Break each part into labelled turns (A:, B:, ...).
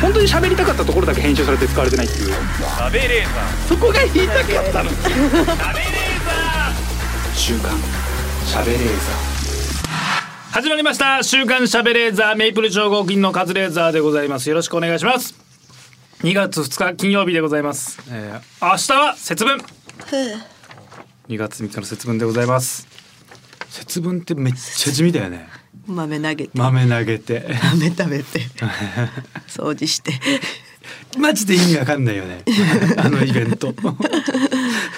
A: 本当に喋りたかったところだけ編集されて使われてないっていう
B: 食べれー
A: そこが言いたかったの週刊喋れー
B: 始まりました週刊しゃべレーザーメイプル超合金のカズレーザーでございますよろしくお願いします2月2日金曜日でございます、えー、明日は節分2月3日の節分でございます節分ってめっちゃ地味だよね
C: 豆投げて
B: 豆投げて
C: 豆食 べて掃除して
B: マジで意味わかんないよね あのイベン ト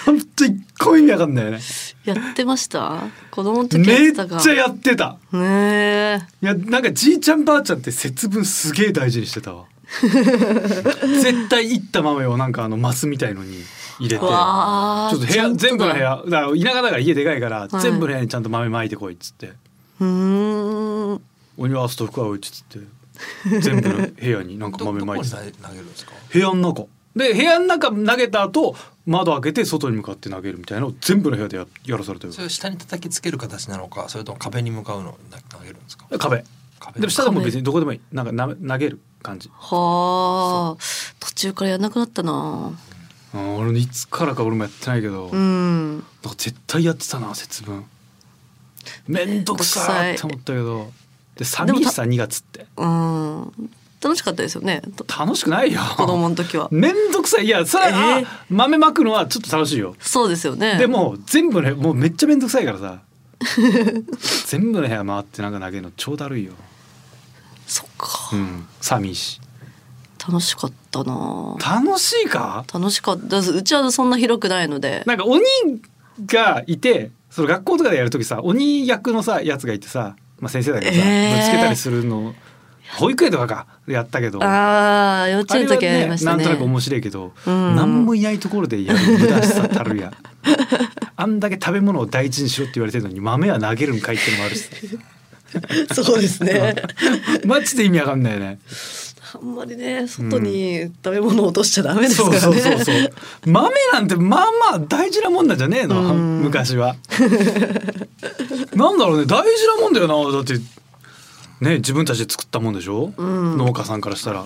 B: 本当一個意味わかんないよね
C: やってました子供の時やっ
B: め
C: て
B: った
C: か
B: ちゃやってた
C: ねえ
B: いやなんかじいちゃんばあちゃんって節分すげえ大事にしてた わ絶対いった豆をなんかあのマスみたいのに入れてちょ
C: わあ
B: っと部屋
C: ちゃ
B: 全部
C: んと
B: の
C: だ
B: 部屋だから田舎だから家でかいから、
C: はい
B: 全部の部屋にちゃんと豆まいてこいっつって
C: うーん
B: 「鬼は明日と福はうち」っつって全部の部屋になんか
D: ど
B: 豆
D: ど
B: ま
D: こ
B: い
D: に
B: て
D: 投
B: た
D: げ投げるんですか
B: 部屋の中で部屋の中投げた後窓開けて外に向かって投げるみたいなのを全部の部屋でややらされてる
D: それを下に叩きつける形なのかそれとも壁に向かうのな投げるんですか
B: 壁
D: 壁
B: でも下でも別にどこでもいいなんかな投げる感じ
C: はあ途中からやんなくなったな
B: あー俺いつからか俺もやってないけど、
C: うん
B: なんか絶対やってたな節分めんどくさーって思ったけどで
C: でも
B: 寂
C: た
B: しさ2月って
C: うん楽しかったですよねと
B: 楽しくないよ
C: 子供の時は
B: めんどくさいいやそれは、
C: えー
B: あ豆まくのはちょっと楽しいよ
C: そうですよね
B: でも全部ねもうめっちゃめんどくさいからさ全部の部屋回ってなんか投げるの超だるいよ
C: そっか
B: うん寂しい
C: 楽しかったな
B: 楽しいか
C: 楽しかったですうちはそんな広くないので
B: なんか鬼がいてその学校とかでやる時さ鬼役のさやつがいてさ、まあ、先生だけどさ、
C: えー
B: ぶつけたりするの保育園とかかやったけど
C: ああ幼稚園の時やりました
B: あれは
C: ね
B: なんとなく面白いけど、
C: うん
B: 何もいないところでやる無駄しさたるやあんだけ食べ物を大事にしろって言われてるのに豆は投げるんかいってのもあるし
C: そうですね
B: マジで意味わかんないよね
C: あんまりね外に食べ物を落としちゃダメですからね、
B: そうそうそうそう豆なんてまあまあ大事なもんなんじゃねえの、
C: うん
B: 昔はなんだろうね大事なもんだよなだってね自分たちで作ったもんでしょ、
C: ん
B: 農家さんからしたら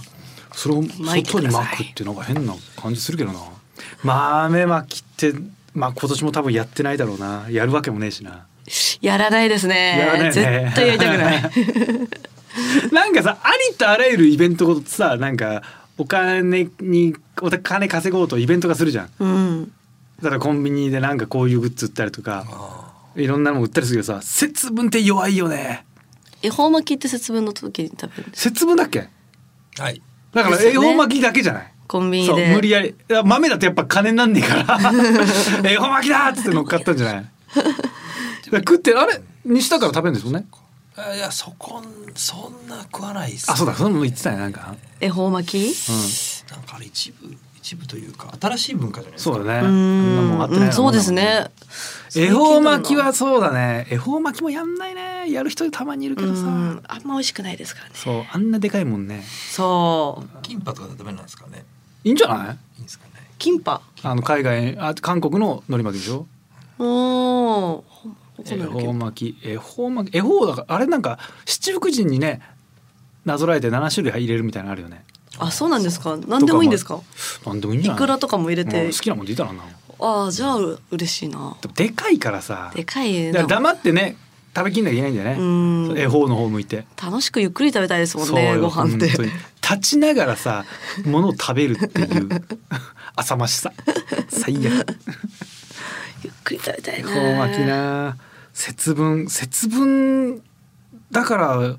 B: それを
C: 巻いて
B: 外に
C: ください
B: 巻くってなんか変な感じするけどな豆巻きってまあ今年も多分やってないだろうなやるわけもねえしな
C: やらないですね
B: やらないね
C: 絶対やりたくない
B: なんかさありとあらゆるイベントごとさなんかお金にお金稼ごうとイベント化するじゃん
C: うん
B: だからコンビニでなんかこういうグッズ売ったりとかいろんなのも売ったりするけどさ節分って弱いよね
C: 恵方巻きって節分の時に食べるんです
B: 節分だっけ
D: はい
B: だから
C: です
B: 恵
C: よね
B: 方巻きだけじゃない
C: コンビニ
B: そう
C: で
B: 無理やりいや豆だとやっぱ金なんねえから 恵方巻きだっつって乗っかったんじゃないだから食ってあれ西田から食べるんですよね
D: あいやそこそんな食わないっす
B: あそうだそのも言ってたねなんか、
C: 恵方巻き
B: うん、
D: なんかあれ一部一部というか新しい文化じゃないですか
B: そうだね
C: う
B: こんなんもんあってない
C: うんそうですね
B: 恵方巻きはそうだね恵方巻きもやんないねやる人たまにいるけ
C: う
B: どさ
C: んあんま美味しくないですからね
B: そうあんなでかいもんね
C: そう
D: 金髪がダメなんですかね
B: いいんじゃない
D: いいんですかね
C: キンパ
B: あの海外あ韓国の海苔巻きでしょ。
C: おー
B: 恵
C: わかんないけ
B: 方
C: ど
B: 巻き恵方巻き恵方だからあれなんか七福神にねなぞらえて七種類入れるみたいなのあるよね。
C: あそうなんですか何でもいいんですか
B: なんでもいいんじ
C: い
B: ゃない。
C: くらとかも入れ
B: うん
C: て
B: 好きなもんでいいだろうな。
C: ああじゃあう嬉しいな
B: でもでかいからさ。
C: でかい
B: だ
C: な
B: から黙ってね食べきんなきゃいけないんだ
C: う
B: よね。
C: ん
B: 恵方の方向いて。
C: 楽しくゆっくり食べたいですもんね
B: よ
C: ご飯って
B: 本当に立ちながらさものを食べるっていう 浅ましさ最悪。
C: ゆっくり食べたい
B: 恵
C: な
B: 方巻きな節分節分だから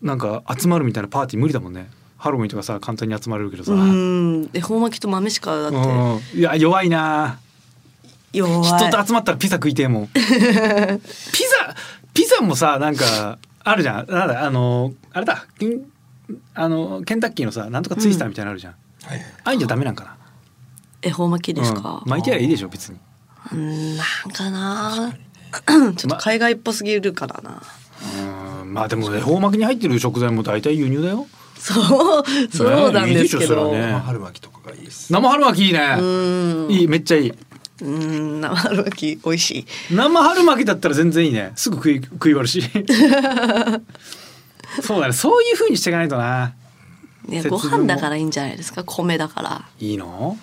B: なんか集まるみたいなパーティー無理だもんねハロウィンとかさ簡単に集まれるけどさ、
C: う
B: うん
C: ん恵方巻きと豆しかだって
B: いや弱いな
C: 弱い
B: 人と集まったらピザ食いてえ もんピザピザもさなんかあるじゃんなんだあのあれだキンあのケンタッキーのさなんとかツイスターみたいなのあるじゃん、
D: はいはい
B: ああいうんじゃダメなんかな
C: 恵方巻きですか、
B: うん、巻いてやりゃいいでしょ別に
C: うんなんかなちょっと海外っぽすぎるからな、
B: うんまあでも恵方巻きに入ってる食材も大体輸入だよ
C: そうそうなんです
B: いいで
C: けど、
B: しょそれはね
D: 生春巻きとかがいいです
B: 生春巻きいいね、
C: うん
B: いいめっちゃいい
C: うん生春巻き美味しい
B: 生春巻きだったら全然いいね すぐ食い食い終わるしそうだねそういう風にしていかないとな
C: いや
B: 節分
C: ご
B: も
C: 飯だからいいんじゃないですか米だから
B: いいの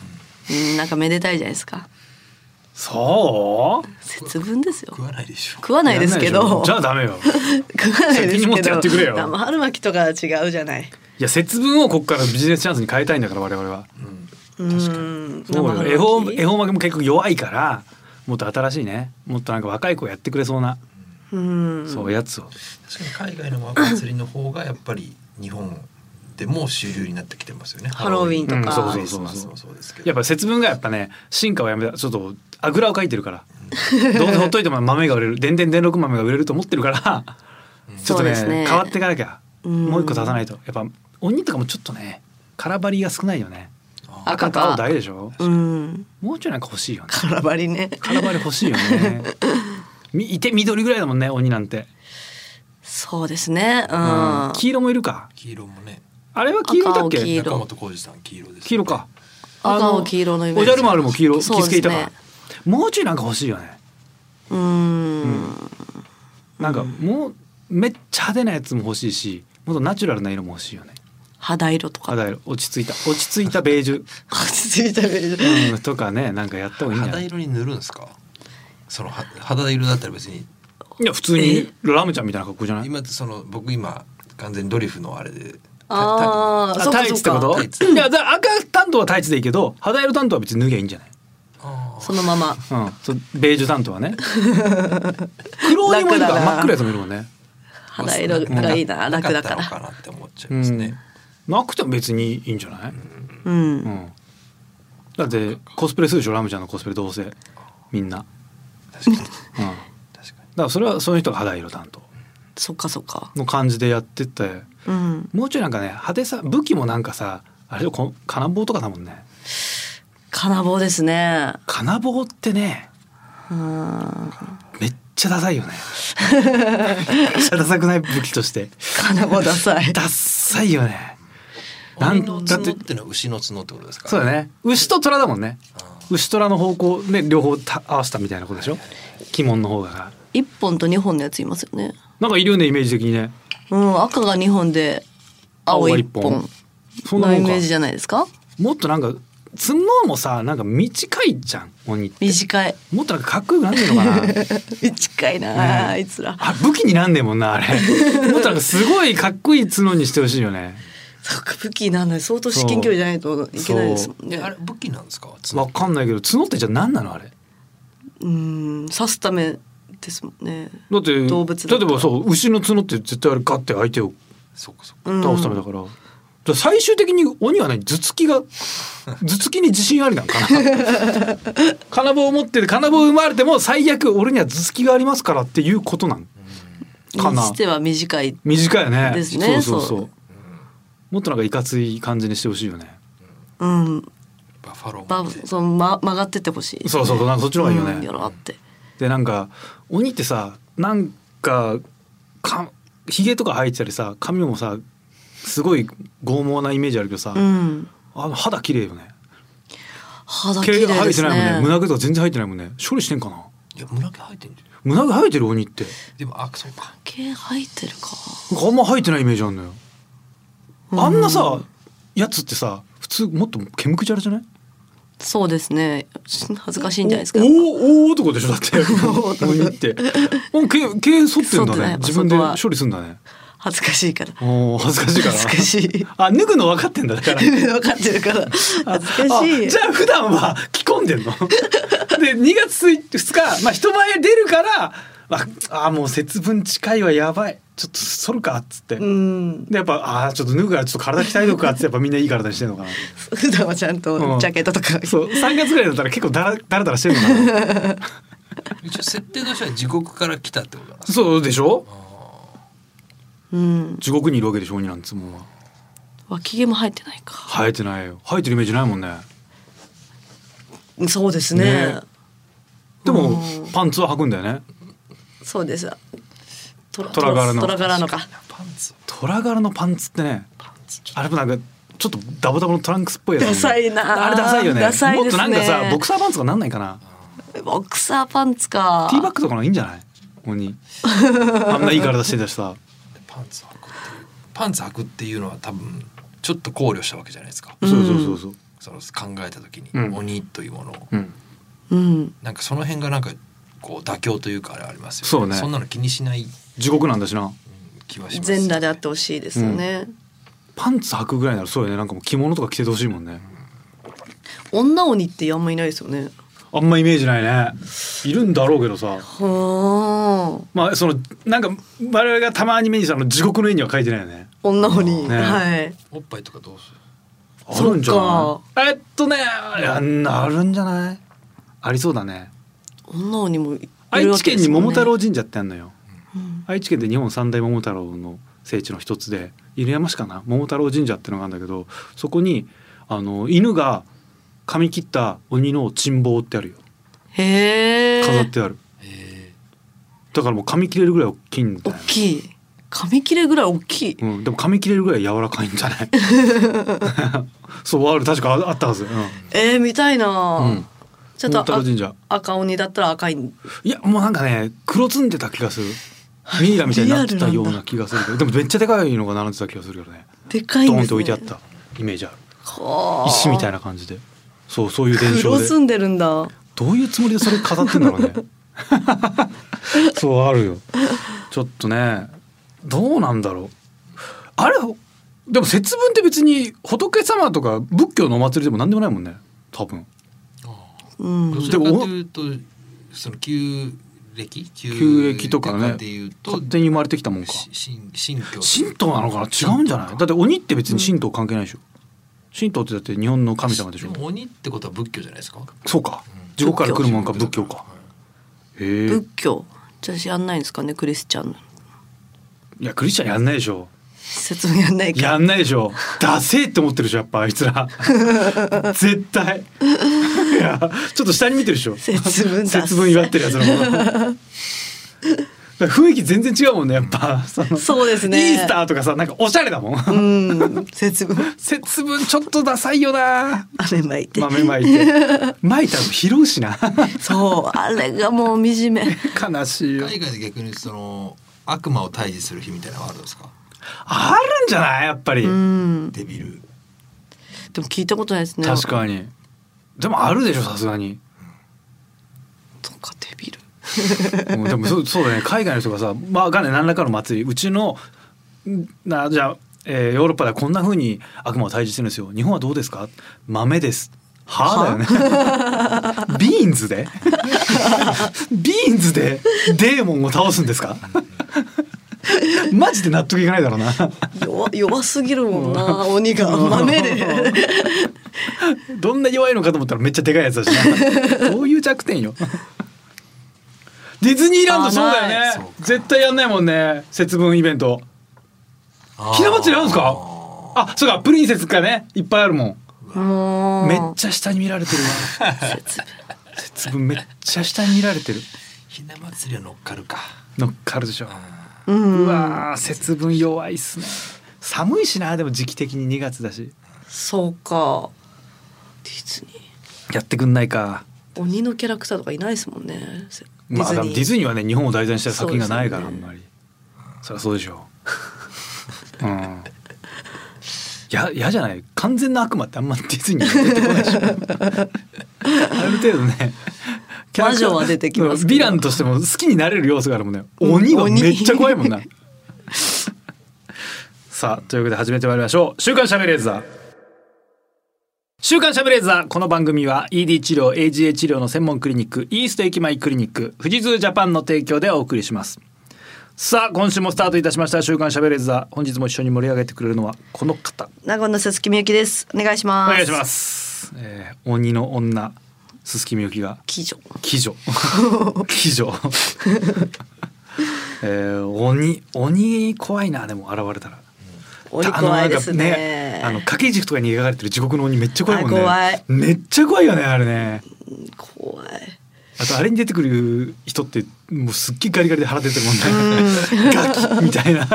C: うんなんかめでたいじゃないですか
B: そう
C: 節分ですよ
D: 食わないでしょ
C: 食わないですけど
B: やんないでしょじゃあダメよ
C: 食わないですけど
B: 責任持ってやってくれよ
C: 生春巻きとかは違うじゃない
B: いや節分をここからビジネスチャンスに変えたいんだから我々は
C: うーん
B: そうよ
C: 生
B: 恵方
C: 春巻き
B: 恵方巻きも結構弱いからもっと新しいねもっとなんか若い子やってくれそうな、
C: うん
B: そうやつを
D: 確かに海外の祭りの方がやっぱり日本でも主流になってきてますよね
C: ハロウィンとか
D: ハロウィ
B: うん
D: ン
B: そうそうそうそう
D: クリスマスもそうですけど
B: やっぱ節分がやっぱね進化をやめたちょっとあぐらをかいてるからどうせほっといても豆が売れるでんでんでんろく豆が売れると思ってるからちょっと
C: そうで
B: ね
C: すね
B: 変わっていかなきゃ
C: うん
B: もう一個足さないとやっぱ鬼とかもちょっとね空張りが少ないよね
D: あ
C: 赤
B: 赤と
C: か
B: 青だけでしょ
C: うん
B: もうちょいなんか欲しいよね
C: 空張りね
B: 空張り欲しいよねみいて緑ぐらいだもんね鬼なんて、
C: そうですねう
B: うん
C: ん
B: 黄色もいるか
D: 黄色もね
B: あれは黄色だっけ
C: 赤青黄色
D: 中本浩二さん黄色です、ね、
B: 黄色かあ
C: 赤
B: の
C: を黄色のイメージ
B: おじゃる丸も黄色着
C: そうです
B: 付
C: ね
B: けいたから、もうちょいなんか欲しいよね
C: うーん
B: なんかもうめっちゃ派手なやつも欲しいしもっとナチュラルな色も欲しいよね
C: 肌色とか
B: 肌色落ち着いた落ち着いたベージ
C: 落ち着いたベージ
B: ュ、
C: ュ
B: うん、とかねなんかやった方がいいんじゃ
D: 肌
B: ない
D: 色に塗るんですかそのは肌色だったら別に
B: いや普通にラムちゃんみたいな格好じゃない
D: 今その僕今完全にドリフのあれで
C: あー
B: あ
C: そっ
B: タ
C: か
B: イ
C: そ
B: ツ
C: っ
B: って
C: か
B: こ
D: タイツ
B: といやだ赤担当はタイツでいいけど肌色担当は別に脱げばいいんじゃない
D: あ
C: そのまま
B: うん、そうベージュ担当はね黒鬼もいるから真っ暗いやつもいるもんね
C: 肌色がいいな楽だか
D: なった
C: ら
D: のかなって思っちゃいうます
B: ん
D: ね、
B: なくても別にいいんじゃない、
C: う
B: うんん、だってコスプレするでしょラムちゃんのコスプレどうせみんな、うん、
D: 確かに
B: だか
D: 確かに
B: らそれはそういう人が肌色担当
C: そっかそっか
B: の感じでやってって
C: うん
B: もうちょいなんかね派手さ武器もなんかさあれよこ金棒とかだもんね
C: 金棒ですね
B: 金棒ってね
C: うん
B: めっちゃダサいよねめっちゃダサくない武器として
C: 金棒ダサい
B: ダッサいよね
D: 鬼の角ってのは牛の角ってことですか
B: そうだね牛と虎だもんね
D: あ
B: 牛虎の方向で両方た合わせたみたいなことでしょ鬼門の方が
C: 一本と二本のやついますよね
B: なんかいるよねイメージ的にね
C: うん赤が二本で青一
B: 青
C: 本
B: 一そんな
C: の
B: も
C: イ
B: んか
C: メージじゃないですか
B: もっとなんか角もさなんか短いじゃん鬼って
C: 短い
B: もっとなんかかっこよくなんねえのか な
C: 短いなあ、あいつら
B: あ武器になんねえもんなあれもっとなんかすごいかっこいい角にしてほしいよね
C: そうか武器になんない相当至近距離じゃないといけないですもん
D: ー
C: ね
D: あれ武器なんですか角
B: わかんないけど角ってじゃあ何なのあれ
C: うん刺すためですもんね
B: だって
C: 動物
B: 例
C: だか
B: え
C: ら
B: ばそう牛の角って絶対あれガッて相手を
D: そうかそうか
C: うん
B: 倒すためだから,、最終的に鬼はね頭突きが 頭突きに自信ありなのかな金棒を持ってて金棒を奪われても最悪俺には頭突きがありますからっていうことなんか
C: に
B: な
C: しては短い
B: 短いよね
C: ですね
B: そうそうそう
C: そう
B: もっとなんかいかつい感じにしてほしいよね
C: うん
D: バッファロー
C: ば
D: もいて
C: その、ま、曲がってってほしい
B: そうそうそうなんかそっちの方がいいよね
C: うんよろって
B: でなんか鬼ってさなんかかひげとか生えてたりさ髪もさすごい剛毛なイメージあるけどさ、
C: うん
B: あの肌綺麗よね
C: 肌
B: 毛
C: 綺麗
B: 生
C: で
B: えて
C: す
B: ないもんね
C: ね
B: 胸毛とか全然生えてないもんね処理してんかない
D: や胸毛生えてんじゃん
B: 胸毛生えてる鬼って
D: でもあそうか
C: 毛生えてるか
B: なんかあんま生えてないイメージあんのよあんなさやつってさ普通もっと毛むくじゃらじゃない
C: そうですね恥ずかしいんじゃないですか
B: おお大男でしょだって 鬼ってお毛毛剃ってん
C: 剃って
B: だ
C: ない
B: ね
C: やっぱ
B: 自分で
C: そこは
B: 処理すんだね
C: 恥ずかしいから
B: おー恥ずかしいから
C: 恥ずかしい
B: あ脱ぐの分かってんだだから
C: 分かってるから恥ずかしい
B: あじゃあ普段は着込んでん ので2月2日、まあ、人前出るからああもう節分近いわやばいちょっと剃るかっつって、
C: うん
B: でやっぱあーちょっと脱ぐからちょっと体鍛えとくかっつってやっぱみんないい体にしてんのかな
C: 普段はちゃん
B: う
C: と
B: ん
C: ジャケットとか
B: そう3月ぐらいだったら結構だらだらだらしてるのかな
D: 一応設定としては地獄から来たってことなんですか
B: そうでしょ
C: うん
B: 地獄にいるわけでしょ鬼なんつもんは
C: 脇毛も生えてないか
B: 生えてないよ生えてるイメージないもんね
C: そうです
B: ね
C: ね
B: でも
C: うん
B: パンツは履くんだよね
C: そうですトラ
B: 虎柄の
C: トラ柄のか
D: パンツ
B: 虎柄のパンツってねあれもなんかちょっとダボダボのトランクスっぽいやつ、
C: ダサいな
B: あれダサいよね
C: ダサいです
B: も
C: ね
B: っとなんかさボクサーパンツとかなんないかな
C: ボクサーパンツか
B: ティーバックとかのいいんじゃない鬼あんないい体してたしさ
D: パンツ履くっていうパンツ履くっていうのは多分ちょっと考慮したわけじゃないですか、
C: うん
E: そうそうそうそう
D: その考えた時に、
B: うん
D: 鬼というものを、
B: うん
C: うん。
D: なんかその辺がなんかこう妥協というかあれありますよね
B: そうね
D: そんなの気にしない
B: 地獄なんだしな
D: 気はします
C: 全裸であってほしいですよね。
B: パンツ履くぐらいならそうよねなんかもう着物とか着ててほしいもんね
C: 女鬼ってあんまいないですよね。
B: あんまイメージないねいるんだろうけどさ
C: はあ。
B: まあそのなんか我々がたまに目にしたあの地獄の絵には書いてないよね
C: 女鬼。
B: ね
C: はい。
D: おっぱいとかどうする
B: あるんじゃ
C: そ
B: ないえっとねいやなるんじゃないありそうだね
C: 女鬼もいるわけ
B: 愛知県に桃太
C: で
B: 郎神社ってあるのよ、
C: すもんね。
B: 愛知県で日本三大桃太郎の聖地の一つで犬山市かな桃太郎神社ってのがあるんだけどそこにあの犬が噛み切った鬼の珍宝ってあるよ
C: うんへえ。
B: 飾ってある、
D: え
B: だからもう噛み切れるぐらい大きいんだ
C: 大
B: よね
C: きい。髪切れぐらい大きい。
B: うん、でも噛み切れるぐらい柔らかいんじゃ ないそうある確かああったはず、う
C: えー、みたいな。
B: んうん、
C: ちょっ
B: 桃太
C: と
B: 郎
C: あ
B: 神社
C: 赤鬼だったら赤い。
B: いやもうなんかね黒ずんでた気がするミイラみたいになってた
C: リアル
B: よ
C: な
B: うん
C: だ
B: な気がするけどでもめっちゃでかいのが並んでた気がするけどね
C: でかい
B: ド
C: ん
B: ー
C: で
B: ン
C: す
B: と
C: ね。
B: 置いてあったイメージある
C: はあ。
B: 石みたいな感じでそうそういう伝承
C: 黒
B: で
C: 住んでるんだ。
B: どういうつもりでそれ飾ってんだろう ねそうあるよちょっとねどうなんだろうあれでも節分って別に仏様とか仏教のお祭りでも何でもないもんね多分
C: うん。
D: どちらかというとその旧暦
B: 旧暦とかね
D: でいうと
B: 勝手に生まれてきたもんか
D: し信信教という
B: 神道なのかな違うんじゃないだって鬼って別に神道関係ないでしょ神道ってだって日本の神様でしょ
D: も鬼ってことは仏教じゃないですか
B: そうか地獄から来るもんか仏教かへえ
C: 仏教。私やんないんですかね、クリスチャンの。
B: いやクリスチャンやんないでしょ
C: 説明やんないか
B: やんないでしょダセーって思ってるでしょやっぱあいつ ら絶対いやちょっと下に見てるでしょ
C: 節分だ
B: 節分祝ってるやつらもだ から雰囲気全然違うもんねやっぱその
C: そうですね
B: イースターとかさなんかおしゃれだもん、
C: うん節分
B: 節分ちょっとダサいよな
C: 雨まいて、
B: 豆まいてまいたら拾うしな
C: そうあれがもう惨め
B: 悲しいよ
D: 海外で逆にその悪魔を退治する日みたいなのはあるんですか
B: あるんじゃないやっぱり、
C: うん
D: デビル
C: でも聞いたことないですね
B: 確かにでもあるでしょさすがに
C: そうかデビル
B: うんでもそうそうだね海外の人がさ、まあ、わかんない何らかの祭りうちのんなじゃあ、えーヨーロッパではこんな風に悪魔を退治してるんですよ日本はどうですか豆ですはだよね ビーンズでビーンズでデーモンを倒すんですか マジで納得いかないだろうな
C: 弱弱すぎるもんな鬼が豆で
B: どんな弱いのかと思ったらめっちゃでかいやつだしなそういう弱点よディズニーランドそうだ
C: あ
B: よ
D: ない
B: ね絶対やんないもんね節分イベントひな祭りあるんですかあそうかプリンセスがねいっぱいあるもん
C: もう
B: めっちゃ下に見られてるわ節分めっちゃ下に見られてる
D: ひな祭りは乗っかるか
B: 乗っかるでしょ
C: うん
B: うわー節分弱いっすね寒いしなでも時期的に2月だし
C: そうかディズニ
B: やってくんないか
C: ー鬼のキャラクターとかいないですもんねせデ
B: ま
C: ィ
B: あ
C: ズ
B: でも
C: ニ
B: デ
C: ー,、
B: ィズニーはね日本を題材にした作品がないからあ
C: そう
B: ん
C: ですよ
B: ま
C: ね
B: りそりゃそうでしょ ううんややじゃない完全な悪魔ってあんまディズニーには出てこないでしょ ある程度ねキャラクター
C: 魔女は出てきますけど
B: ヴィランとしても好きになれる要素があるもんね鬼はめっちゃ怖いもんな さあというわけで始めてまいりましょう「週刊しゃべれーザー」週刊シャブレーザーこの番組は ED 治療 AGA 治療の専門クリニックイースト駅前クリニック富士通ジャパンの提供でお送りしますさあ今週もスタートいたしました週刊シャベレーザー本日も一緒に盛り上げてくれるのはこの方
C: 名古屋の鈴木みゆきですお願いしま
B: お
C: す
B: 願いします、えー、鬼の女鈴木みゆきが
C: 喜女
B: 鬼女鬼 女えー、鬼鬼怖いなでも現れたら
C: 鬼怖いですね
B: あのなんかねあの掛け軸とかに描かれてる地獄の鬼めっちゃ怖いもんね
C: あ怖い
B: めっちゃ怖いよねあれね
C: 怖い
B: あとあれに出てくる人ってもうすっげえガリガリで腹出てるもんね。ガキみたいな。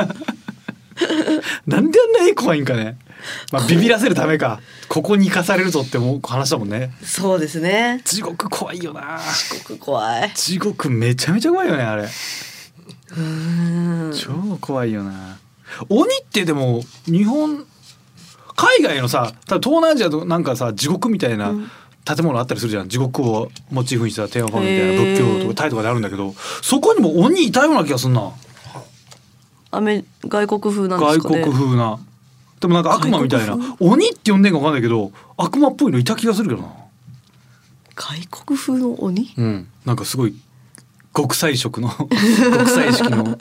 B: なんであんな絵怖いんかね。まあビビらせるためか。ここに行かされるぞってもう話だもんね。
C: そうですね
B: 地獄怖いよな。
C: すごく怖い
B: 地獄めちゃめちゃ怖いよねあれ。超怖いよな。鬼ってでも日本海外のさ多分東南アジアとなんかさ地獄みたいな建物あったりするじゃん地獄をモチーフにした天安門みたいな
C: へー
B: 仏教とかタイとかであるんだけどそこにも鬼いたような気がすんな
C: アメ外国風なんで
B: 外
C: すかね
B: 国風なでもなんか悪魔みたいな
C: 外
B: 鬼って呼んでんか分かんないけど悪魔っぽいのいた気がするけどな
C: 外国風の鬼
B: うんなんかすごい極彩色の極彩色の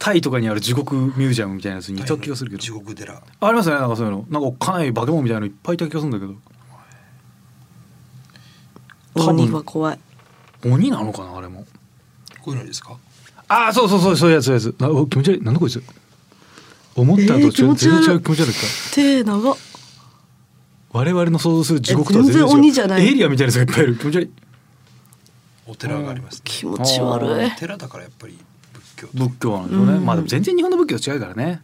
B: タイとかにある地獄ミュージアムみたいなやつにいた気がするけど
D: 地獄寺
B: ありますよねなんかそういうのなんかおっかない化け物みたいなのいっぱいいた気がするんだけど多分
C: 鬼は怖い
B: 鬼なのかなあれも
D: こういうのですか
B: ああそうそうそうそういうやつそういうやつなお気持ち悪いなんだこいつ思ったのと
C: えー気持ち悪い
B: 全然違う気持ち悪いか
C: 手長っ
B: 我々の想像する地獄とは全然違う
C: え全然鬼じゃない
B: エイリアンみたいなやつがいっぱいいる気持ち悪い
D: お寺があります、
C: 気持ち悪い
D: ね、寺だからやっぱり仏教と
B: 仏教なんでしょうね、
C: うん
B: まあでも全然日本の仏教と違うからね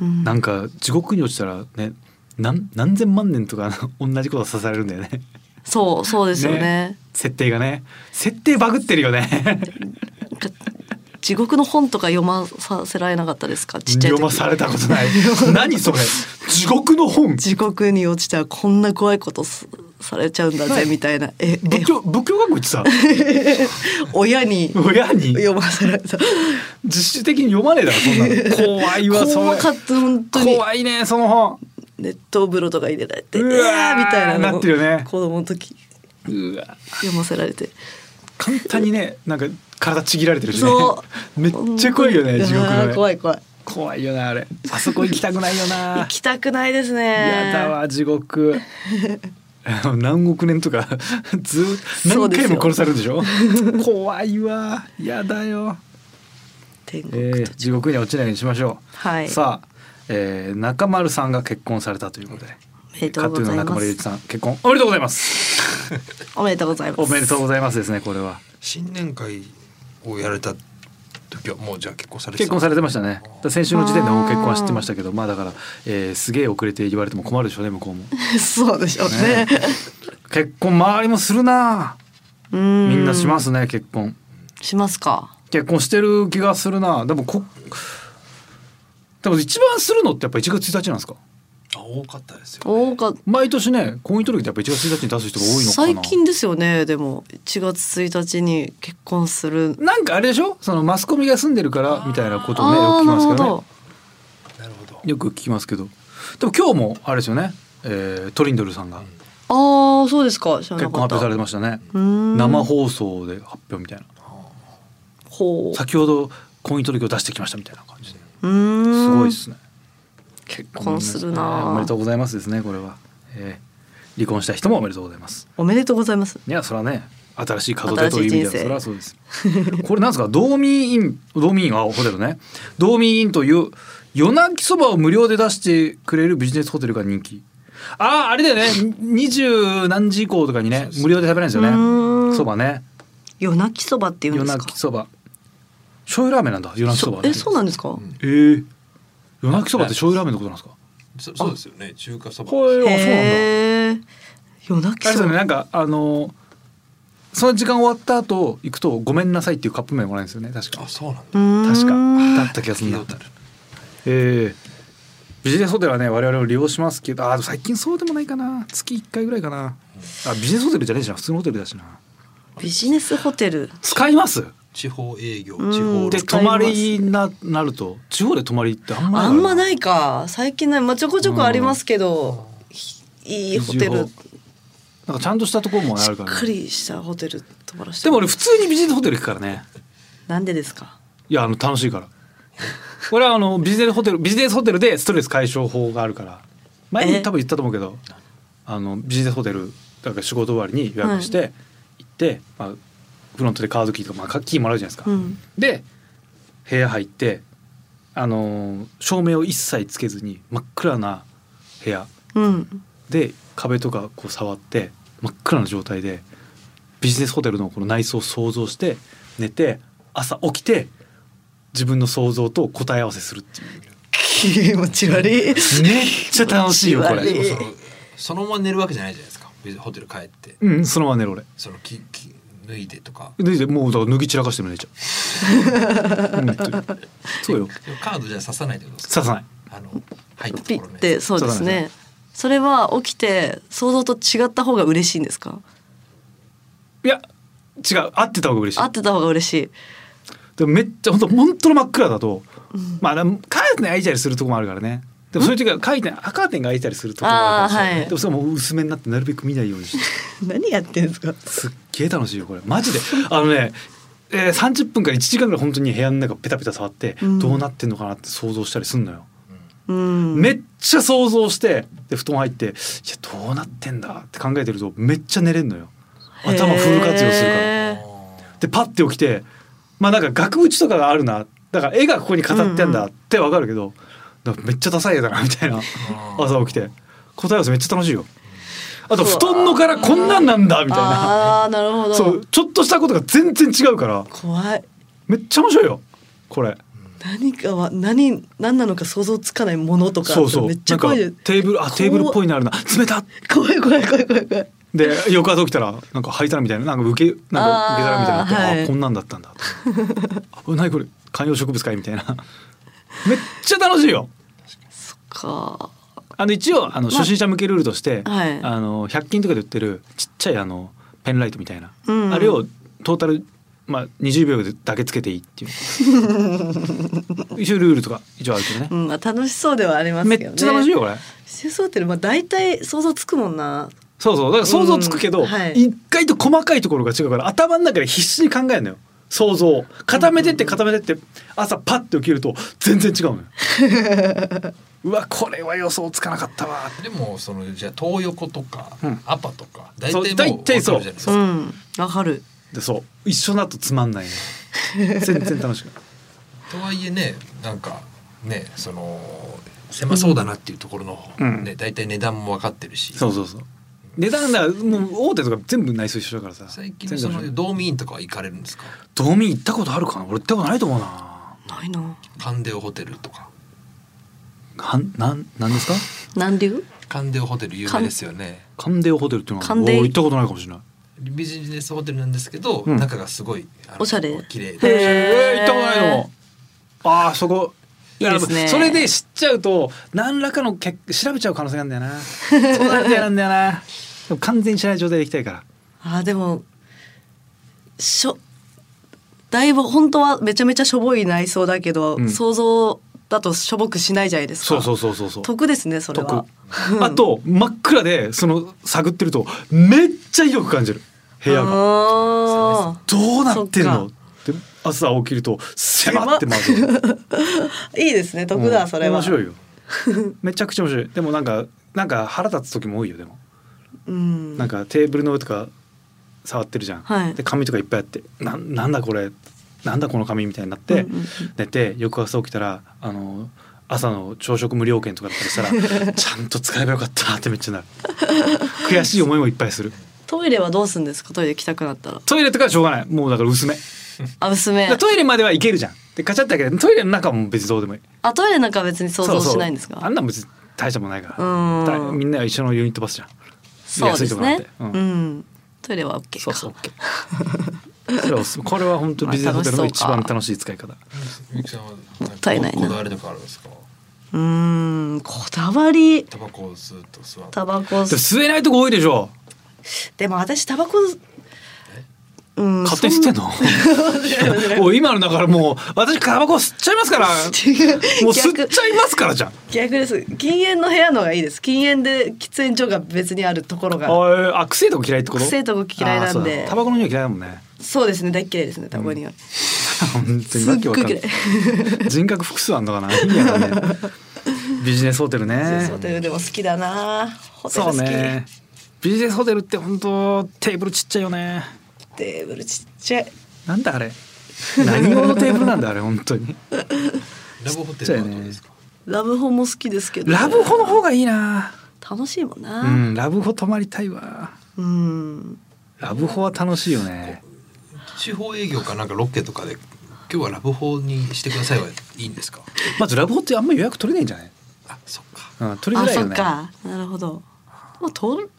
C: うん
B: なんか地獄に落ちたらね何何千万年とかあの同じことさせられるんだよね
C: そうそうですよね
B: 設定がね設定バグってるよね
C: なんか地獄の本とか読まさせられなかったですかちっちゃい時
B: 読まされたことない 何それ地獄の本
C: 地獄に落ちたらこんな怖いことすされちゃうんだぜみたいなええ
B: 仏教仏教学校行ってさ
C: 親に
B: 親に
C: 読まさ れた
B: 実習的に読まねえだ ろそんなの怖いわそ
C: 怖
B: れ
C: かった本当に
B: 怖いねその本
C: 熱湯風呂とか入れられて
B: うわー
C: うわーみたいなのを
B: なってるよね
C: 子供の時
B: うわ
C: 読ませられて
B: 簡単にねなんか体ちぎられてるしね
C: そ
B: めっちゃ怖いよね地獄
C: あ
B: の
C: ー
B: ね
C: 怖い怖い
B: 怖いよなあれあそこ行きたくないよ
C: 行
B: な
C: きたくないですね
B: やだわ地獄 あの何億年とか ずー
C: そ
B: 何
C: うです
B: 回
C: よ
B: も殺されるでしょ怖いわやだよ、
C: 天国、
B: えー地獄には落ちないようにしましょう、
C: はい
B: さあ、えー中丸さんが結婚されたということで
C: おめでとうご
B: カットゥ
C: ざい
B: ーンの中
C: ま
B: 丸ゆう
C: す
B: きさん結婚おめでとうございます
C: おめでとうございます
B: おめでとうございますですねこれは
D: 新年会をやれた時はもうじゃあ結婚されてた
B: 結婚されてましたねだから先週の時点でもう結婚は知ってましたけどまあだから、えーすげえ遅れて言われても困るでしょうね向こうも
C: そうでしょうね
B: 結婚周りもするな
C: み
B: みんなしますすね結婚
C: しますか
B: 結婚してる気がするなでもこでも一番するのってやっぱ1月1日なんですか
D: あ多かったですよ
C: 多かっ
B: 毎年ね婚姻届ってやっぱ1月1日に出す人が多いのか
C: 最
B: な
C: 近ですよねでも1月1日に結婚する
B: なんかあれでしょそのマスコミが住んでるからみたいなことをねよく聞
C: ああ
B: き
C: な
B: ま
C: る
B: すけ
C: ほ
B: どね
C: ど
D: なるほど
B: よく聞きますけどでも今日もあれですよね、えートリンドルさんが
C: ああそうですか知ら
B: 結
C: な
B: 婚
C: かっ
B: 発表
C: た
B: されてましたね
C: うーん
B: 生放送で発表みたいな
C: ほう
B: 先ほど婚姻届を出してきましたみたいな感じで
C: うーん
B: すごいですね
C: 結婚するな
B: おめでとうございますですねこれは、えー離婚した人もおめでとうございます
C: おめでとうございます
B: いやそれはね新しい門出という意味では
C: 新しい人生
B: それはそうですこれなんですか道民院道民院あホテルね道民院という夜泣きそばを無料で出してくれるビジネスホテルが人気あああれだよね二十何時以降とかにね無料で食べれるんですよ
C: うー
B: ね
C: ん
B: そばね
C: 夜泣きそばって言う
B: 夜
C: んです
B: 泣
C: か
B: きそば醤油ラーメンなんだ夜泣きそば
C: そえそうなんですか、
D: ん
B: えー夜泣きそばって醤油ラーメンのことなんですか
D: そそうですよね中華そば
B: はいあそうなんだ
C: へえ夜泣き
B: あれです
C: そ
B: よね
C: ば
B: なんかあのーその時間終わった後行くと「ごめんなさい」っていうカップ麺もらえるんですよね確か
D: あそうなんだ
B: 確かだった
C: か
B: 気がす
D: 聞
B: るん
D: い
B: だ
D: たことある
B: ええビジネスホテルはね我々を利用しますけどあーでも最近そうでもないかな月1回ぐらいかなあビジネスホテルじゃねえじゃん普通のホテルだしな
C: ビジネスホテル
B: 使います
D: 地方営業
C: うん
D: 地方
B: で
C: 使
B: 泊
C: いま
B: ますりにななると地方で泊まりってあんま
C: あんまないいか最近ないまあちょこちょこありますけど、いいホテル
B: ビジなんかちゃんとしたところもあ
C: しっ
B: るからね、
C: かりしたホテル泊まらせて
B: でも俺普通にビジネスホテル行くからね
C: なんでですか
B: いやあの楽しいから俺はあのビジネスホテルビジネスホテルでストレス解消法があるから前に
C: え
B: 多分言ったと思うけどあのビジネスホテルだから仕事終わりに予約して、行って、まあ、フロントでカードキーとか、まあ、キーもらうじゃないですか、
C: うん
B: で部屋入ってあのー照明を一切つけずに真っ暗な部屋
C: うん
B: で壁とかこう触って真っ暗な状態でビジネスホテルのこの内装を想像して寝て朝起きて自分の想像と答え合わせするっていう
C: 気持ち悪い
B: めっちゃ楽しいよこ
C: 気持
D: でも
C: ち
B: れ
D: そのそのまま寝るわけじゃないじゃないですか別にホテル帰って
B: うんそのまま寝る俺
D: そのきき脱いでとか
B: 脱いでもうだから脱ぎ散らかしても寝ちゃう本当にそうよ
D: でもカードじゃあ刺さないってことですか
B: 刺さない
D: あの入った
C: ピ
D: とこ
C: っ
D: ろね
C: てそうですねそれは起きて想像と違った方が嬉しいんですか
B: いや違う合ってた方が嬉しい
C: 合ってた方が嬉しい
B: でもめっちゃ本当本当の真っ暗だと、まあでもカーテン開いたりするとこもあるからねでもそういう時はカーテンカーテンが開いたりするとこもあるから
C: あーはい
B: でもそれはもう薄めになってなるべく見ないようにして
C: 何やってんですか
B: すっげえ楽しいよこれマ ジであのね、えー、30分から1時間ぐらい本当に部屋の中ペタペタ触って、
C: うん
B: どうなってんのかなって想像したりすんのよ、
C: うん
B: めっちゃ想像してで布団入っていやどうなってんだって考えてるとめっちゃ寝れんのよ頭フル活用するから。
D: あ
C: へ
D: ー
B: でパッて起きてまあなんか額縁とかがあるなだから絵がここに飾ってんだってわかるけど、なんかめっちゃダサい絵だなみたいな
D: あー
B: 朝起きて答え合わせめっちゃ楽しいよあと布団の柄こんなんなんだみ
C: ー
B: たいな
C: ああなるほど
B: そうちょっとしたことが全然違うから
C: 怖い
B: めっちゃ面白いよこれ
C: 何かは何何なのか想像つかないものとか
B: そうそう
C: めっちゃ怖い
B: なんかテーブルあ
C: こう
B: テーブルっぽいのあるな冷たっ
C: 怖い怖い怖い怖い怖い
B: で翌朝起きたらなんか灰皿みたいななんか受けなんか受け皿みたいになって
C: あ
B: あ,、
C: ーはい
B: こんなんだったんだと危ないこれ観葉植物かいみたいなめっちゃ楽しいよ
C: か
B: あの一応あの初心者向けルールとして、
C: はい
B: あの100均とかで売ってるちっちゃいあのペンライトみたいな、
C: うん
B: あれをトータル、まあ、20秒でだけつけていいって いう一応ルールとか一応あるけどね
C: うんまあ楽しそうではあります
B: め
C: けどね
B: っちゃ楽しいよこれ
C: 清掃ってまあ大体想像つくもんな
B: そうそうだから想像つくけど、
C: うんはい
B: 一回と細かいところが違うから頭の中で必死に考えるのよ想像を固めてって固めてって朝パッて起きると全然違うのようわこれは予想つかなかったわ
D: でもそのじゃあ東横とか、
B: うん
D: アパとか大
B: そう
D: 体も
B: 大体そう
D: わかるじ
C: う
D: ゃないですか
C: んわかる
B: でそう一緒だとつまんないの全然楽しくない
D: とはいえねなんかねその狭そうだなっていうところの、
B: うん
D: ね大体値段も分かってるし、
B: そうそうそう値段だもう大手とか全部内装一緒だからさ
D: 最近のそ
B: 全
D: の
B: 部
D: ドーミーインとかは行かれるんですか
B: 道民行ったことあるかな俺行ったことないと思うな
C: ないな
D: カンデオホテルとか
B: はんなんなんですか
C: なんで
D: カンデオホテル有名ですよね
B: カンデオホテルっていうのは
C: カンデイ
B: 俺行ったことないかもしれない
D: ビジネスホテルなんですけど、
B: うん
D: 中がすごいあの
C: おしゃれ
D: 綺麗
C: へ
D: で
C: ー
B: えー、行ったことないのああそこいや
C: いいですね
B: でもそれで知っちゃうと何らかのけ調べちゃう可能性があるんだよ なそうなると嫌なんだよなでも完全に知らない状態で行きたいから
C: あーでもしょだいぶ本当はめちゃめちゃしょぼい内装だけど、
B: うん
C: 想像だとしょぼくしないじゃないですか
B: そうそうそうそうそう
C: 得ですねそれは
B: 得あと真っ暗でその探ってるとめっちゃ広く感じる部屋が
C: あ
B: どうなってん
C: そ
B: の
C: っ
B: って朝起きると狭ってまず
C: ーいいですね 得だそれは、
B: 面 白いよめちゃくちゃ面白いでもなんかなんか腹立つ時も多いよでも
C: うん
B: なんかテーブルの上とか触ってるじゃん、
C: はい
B: で紙とかいっぱいあってなんなんだこれなんだこの紙みたいになって、
C: うんうんうん
B: 寝て翌朝起きたらあの朝の朝食無料券とかだったり したらちゃんと使えばよかったってめっちゃなる悔しい思いもいっぱいする
C: トイレはどうするんですかトイレ行きたくなったら
B: トイレとかはしょうがないもうだから薄めだか
C: あ娘
B: らトイレまでは行けるじゃんでカチャって開けてトイレの中はもう別にどうでもいい
C: あトイレなんか別に想像しないんです
B: そうそうあ
C: か
B: んなん別に大したもんないか
C: うん
B: らだみんなは一緒のユニットバス じゃん
C: そうです
B: 安い
C: ね
B: とこ
C: う
B: なん
C: ん、
B: て
C: トイレは OK
B: そ
C: か
B: うそう OK それはおすすめこれは本当にビジネスホテルの一番楽しい使い方
D: みゆきさんは
C: もったいないな
D: こだわりとかあるんですか
C: うーんこだわり
D: タバコをずっと吸わ
C: タバコ
B: でも吸えないとこ多いでしょ
C: でも私タバコうん
B: 勝手に吸ってんの おい今のだからもう私タバコ吸っちゃいますからもう吸っ
C: 逆
B: ちゃいますからじゃん
C: 逆です禁煙の部屋の方がいいです禁煙で喫煙所が別にあるところが
B: おいあくせえとこ嫌いってこと
C: 臭いとこ嫌い
B: あー
C: なんで
B: そうだタバコの匂い嫌いだもんね
C: そうですね大っ嫌いですねタバコには、
B: 本当に
C: すっ
B: わけ
C: ご
B: わ
C: い
B: かん
C: 嫌
B: ないい 人格複数あんのかな意味わかんないビジネスホテルね
C: ホテルでも好きだなホテル
B: そ
C: 好
B: う
C: き、
B: ねビジネスホテルって本当テーブルちっちゃいよね
C: テーブルちっちゃい
B: なんだあ れ何用のテーブルなんだあれ本当に
D: ラブホテルはどうですか
C: ラブホも好きですけど、
B: ラブホの方がいいな
C: 楽しいもんな
B: うんラブホ泊まりたいわ
C: うん
B: ラブホは楽しいよね
D: 地方営業かなんかロケとかで今日はラブホにしてくださいはいいんですか
B: まずラブホってあんま予約取れないんじゃない
D: あそっか
B: うん取りづ
C: あ
B: らい
C: そ
B: よ
C: っ
B: ね
C: かなるほどもう通る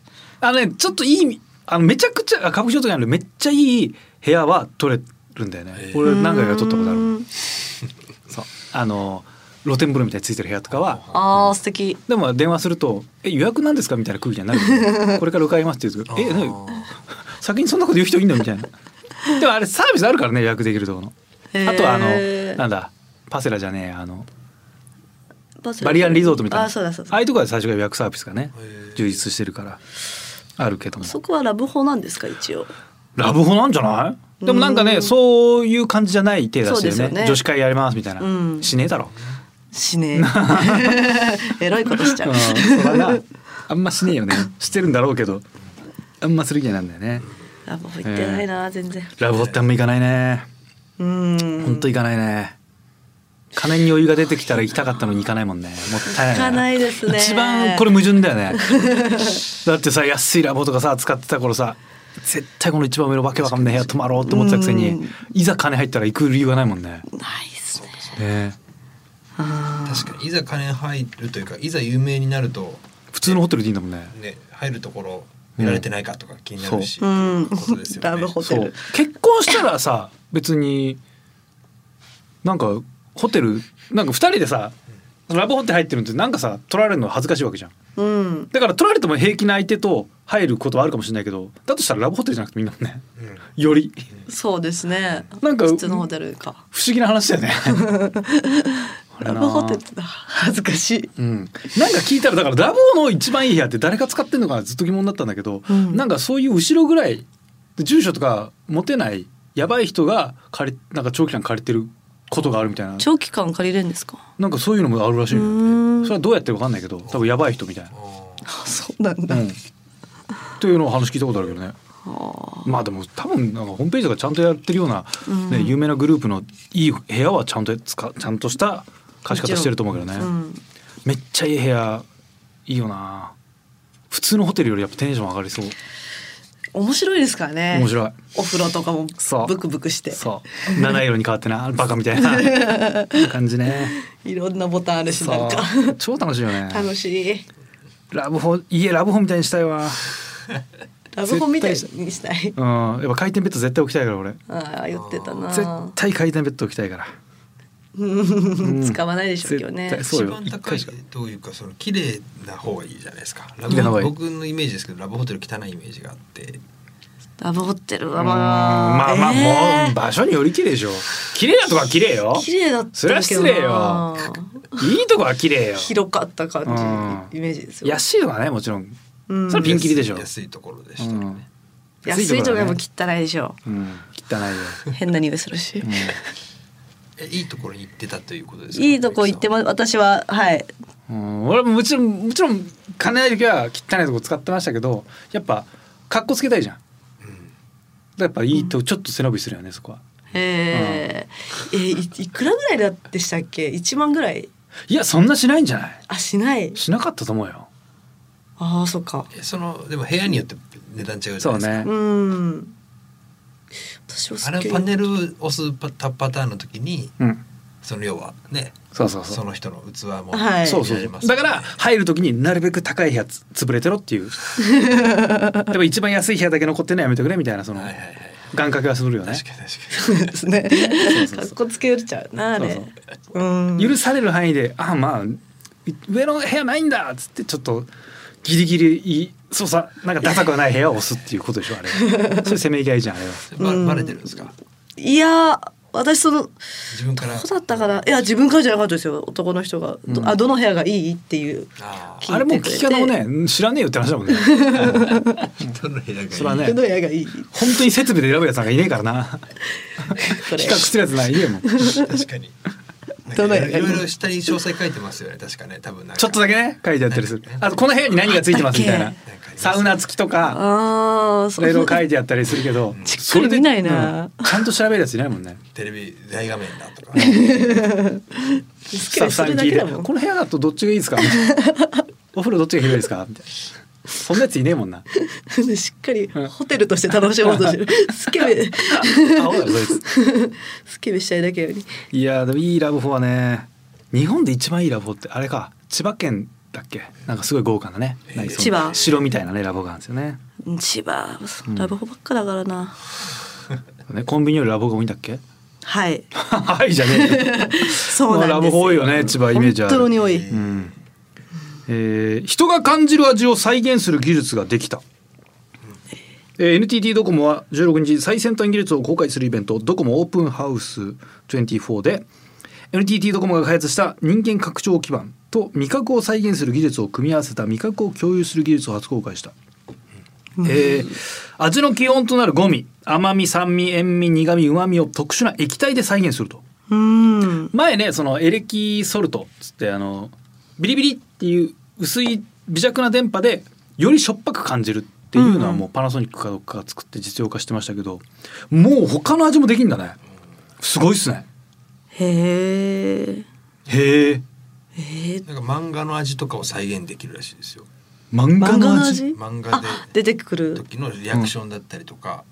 B: あのねちょっといい意味あのめちゃくちゃあ歌舞伎町とかにあるめっちゃいい部屋は取れるんだよね
D: へえ
B: 俺何回か取ったことあ
C: う
B: る
C: ん
B: そうあの露天風呂みたいについてる部屋とかは
C: あー素敵
B: でも電話すると「え予約なんですか?」みたいな空気にはな るこれから伺いますって言うと「え何先にそんなこと言う人いんの?」みたいなでもあれサービスあるからね予約できるところのあとはあ
C: へ
B: の
C: ー
B: なんだパセラじゃねえやあの
C: バス
B: バリアンリゾートみたいな
C: あそうだそうだ
B: ああいうところで最初が予約サービスがね
D: へー
B: 充実してるからあるけども
C: そこはラブホなんですか一応
B: ラブホなんじゃないでもなんか
C: う
B: ね
C: ん
B: そういう感じじゃない手だ
C: そう
B: し
C: で
B: よ
C: すよ
B: ね
C: ね
B: 女子会やりますみたいな、
C: うん
B: しねえだろ、
C: しねえ エロいことしちゃ
B: う、
C: うん
B: それはなあんましねえ よねしてるんだろうけどあんまする気なんだよね
C: ラブホ行ってないな全然
B: ラブホってあんま行かないね
C: うん
B: ほんと行かないね金に余裕が出てきたら行きたかったのに行かないもんねもったいない
C: 行かないですね
B: 一番これ矛盾だよねだってさ安いラボとかさ使ってた頃さ絶対この一番上のわけわかんない部屋泊まろうと思ってたくせ
C: う
B: に
C: ん
B: いざ金入ったら行く理由がないもんね
C: ないっすね
B: ね
D: 確かにいざ金入るというかいざ有名になると
B: 普通のホテルでいいんだもんね
D: ね入るところ見られてないかとか気になるし、
C: うん
D: ことですよね
C: ラブホテ
B: そ
C: ル
B: う結婚したらさ別になんかホテルなんか2人でさラブホテル入ってるのってなんかさ取られるの恥ずかしいわけじゃん
C: うん
B: だから取られても平気な相手と入ることはあるかもしれないけどだとしたらラブホテルじゃなくてみんなもんね
D: うん
B: より
C: そうですね
B: なんか
C: 普通のホテルか
B: 不思議な話だよねあれ
C: ラ
B: な
C: ブホテルだ恥ずかしい
B: うん、なんか聞いたらだからラボの一番いい部屋って誰が使ってんのかなずっと疑問だったんだけど、
C: うん
B: なんかそういう後ろぐらい住所とか持てないやばい人が借りなんか長期間借りてることがあるみたいな
C: 長期間借りれるんですか
B: なんかそういうのもあるらしいよ
C: うーん
B: それはどうやってるかわかんないけど多分やばい人みたいな。
C: あそうなんだ、
B: うん、というのを話聞いたことあるけどね。
C: あ
B: まあでも多分なんかホームページとかちゃんとやってるような、ね
C: うん
B: 有名なグループのいい部屋はちゃんとつかちゃんとした貸し方してると思うけどね。
C: ーうん
B: めっちゃいい部屋いいよな普通のホテルよりやっぱテンション上がりそう
C: 面白いですからね
B: 面白い
C: お風呂とかも
B: そう
C: ブクブクして
B: そう七色に変わって なバカみたいな感じね
C: いろんなボタンあるし
B: そ
C: なんか
B: う超楽しいよね
C: 楽しい
B: ラブホ家ラブホみたいにしたいわ
C: ラブホみたいにしたい
B: うんやっぱ回転ベッド絶対置きたいから俺
C: ああ言ってたな
B: 絶対回転ベッド置きたいから
C: うん使わないでしょうけど
B: 絶
C: ね
B: 対そう
D: 一
B: よ
D: 番
B: 一
D: 高
B: 回
D: い
B: しか
D: というかその綺麗な方がいいじゃないですかラ
B: 綺麗な方が
D: ブ
B: いい
D: 僕のイメージですけどラブホテル汚いイメージがあって
C: ラブホテル
B: う
C: は
B: ん
C: ま
B: ま
C: あ
B: あまあ、
C: えー
B: もう場所によりきれいでしょ綺麗なとこは綺麗よ
C: 綺麗だったけ
B: そ
C: どな
B: りゃ失礼よいいとこは綺麗よ
C: 広かった感じイメージですよ、
B: 安いのはねもちろん
C: うん
B: それピンキリでしょ
D: 安いところでし
B: う
D: たね、
B: ん
C: 安いとこでも汚いでしょ
B: うん、汚いよ。
C: 変な匂いするし、
D: えいいところに行ってたということですか
C: いいとこ行ってま私ははい
B: うん、俺ももちろん、もちろん、金ない時は汚いとこ使ってましたけど、やっぱ。格好つけたいじゃん。やっぱいいと、ちょっと背伸びするよね、そこは。
C: えーえいいくらぐらいだでしたっけ1万ぐらい
B: いや、そんなしないんじゃない。
C: あしない
B: しなかったと思うよ。
C: あーそっか
D: えそのでも部屋によって値段違うじゃないです
B: そ
D: か
B: うね
C: う。ん私はす
D: あ
C: っげ
D: れ
C: え
D: パネル押すパタパターンの時に
B: うん。
D: その要はね
B: そうそうそ。
D: そうの人の器も
C: はい
B: そうそうそうだから入る時になるべく高い部屋つ潰れてろって いうでも一番安い部屋だけ残ってんのやめてくれみたいなその
D: はいはい
B: 願
D: はい
B: 掛けはするよね
D: 確かに確か
C: ですね
B: そうそう
C: 格好つけちゃうなあれ
B: そう
C: うん
B: 許される範囲で「あまあ上の部屋ないんだ」っつってちょっとギリギリいいそうさなんかダサくはない部屋を押すっていうことでしょあれ そういうせめぎ合いじゃんあれは
D: に
C: うん
D: ババレてるんですか
C: いやー私そのど
D: 自分から
C: こだったかないや自分からじゃなかったですよ男の人が、どあどの部屋がいいっていう
D: あ
C: 聞いてくれて
B: あれもう聞き方もねうん知らねえよって話だもん ね
D: あ人の部屋がいい
B: それはね
C: どの部屋がいい
B: 本当に設備で選ぶやつなんかいねえからな
C: これ
B: 比較するやつないねえもんち
D: 確かに
C: どの部屋がいい
D: いろいろ下に詳細書いてますよね確かね多分なんか
B: ょっとだけね書いてあったりするあとこの部屋に何がついてますみたい
C: あ
B: な
C: った
D: っけ
B: サウナ付きとか
C: ああ
B: それいろい ろ書い
C: て
B: てあったりするけど
C: しっかり見ないな
B: うんちゃんと調べるやついないもんね
D: テレビ大画面だとか
C: ス
B: スタッフさん
C: れだ
B: 聞い
C: け
B: て
C: だ
B: 「
C: もん
B: この部屋だとどっちがいい ですか?」みたいなお風呂どっちが広いですか?」みたいなそんなやついねえもんな
C: しっかりホテルとして楽しもうとし てるスケベ
B: 青だろそいつ
C: スケベしちゃいだけより
B: いやーでもいいラブホはね日本で一番いいラブホってあれか千葉県だっけなんかすごい豪華なね、なんかその
C: 千葉
B: 城みたいなねラブホがあるんですよね
C: 千葉ラブホばっかだからな、
B: ねコンビニよりラブホが多いんだっけ
C: はい
B: はいじゃねえよ。
C: そうなんですよ
B: ラブホ多いよね千葉イメージある
C: 本当に多い
B: うんえー人が感じる味を再現する技術ができた。えー NTT ドコモは16日最先端技術を公開するイベントドコモオープンハウス24で NTT ドコモが開発した人間拡張基盤と味覚を再現する技術を組み合わせた味覚を共有する技術を初公開した、えー味の基本となるゴミ甘み酸味塩味苦味うまみを特殊な液体で再現すると
C: うん
B: 前ねそのエレキソルトっつってあのビリビリっていう薄い微弱な電波でよりしょっぱく感じるっていうのはもうパナソニックかどっかが作って実用化してましたけどもう他の味もできんだねすごいっすね
C: へえ
B: へえ
D: なんか漫画の味とかを再現できるらしいですよ
B: 漫画
C: 漫画
B: の
C: の
B: 味
C: 味
D: 漫画
C: あ
D: で
C: 出てくる
D: 時のリアクションだったりとか、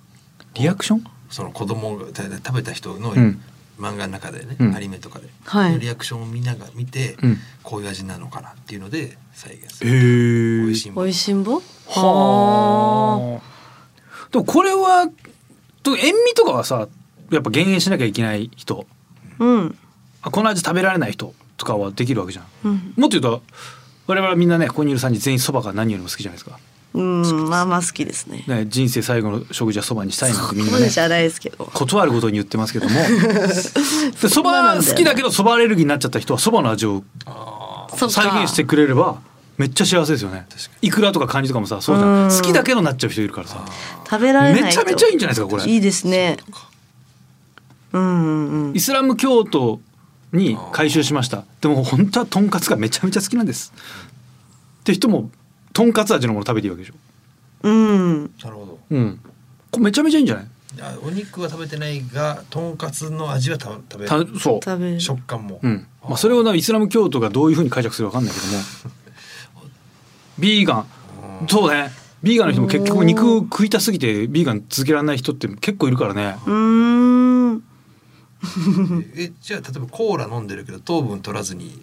B: リアクション
D: その子供がた食べた人の
B: ん
D: 漫画の中でね、
B: うん
D: アニメとかで、
C: はい
D: リアクションをみんなが見て、
B: うん
D: こういう味なのかなっていうので再現す
B: へ
D: る、美
B: え
D: 味しいも
C: お
D: の
C: いしんぼは
B: はあでもこれはと塩味とかはさやっぱ減塩しなきゃいけない人
C: あうん
B: あこの味食べられない人とかはできるわけじゃん
C: うん
B: もっと言うと我々みんなねここにいる3人全員そばが何よりも好きじゃないですか、
C: うんまあまあ好きですね
B: ね、人生最後の食事はそばにしたいなんてみん
C: こ
B: な
C: こで
B: ね
C: じゃないですけど
B: 断ることに言ってますけ どもでそ
C: な
B: ば
C: んだよね
B: 好きだけどそばアレルギーになっちゃった人はそばの味を
C: そっか
B: 再現してくれればめっちゃ幸せですよねいくらとか感じとかもさそうじゃ
C: うんん
B: 好きだけどなっちゃう人いるからさ
C: 食べられない
B: めちゃめちゃいいんじゃないですかこれ
C: いいですねうんうんうん
B: イスラム教徒に改宗しましたでも本当はとんかつがめちゃめちゃ好きなんですって人もとんかつ味のもの食べていいわけでしょ
C: うん
D: なるほど
B: うんこれめちゃめちゃいいんじゃない
D: あお肉は食べてないがとんかつの味はた食べ
B: た
D: る
B: そう
C: 食べる
D: 食感も、
B: うんまあ、それをなイスラム教徒がどういうふうに解釈するか分かんないけども ビーガンそうねビーガンの人も結局肉食いたすぎてビーガン続けられない人って結構いるからね
C: うーん
D: えじゃあ例えばコーラ飲んでるけど糖分取らずに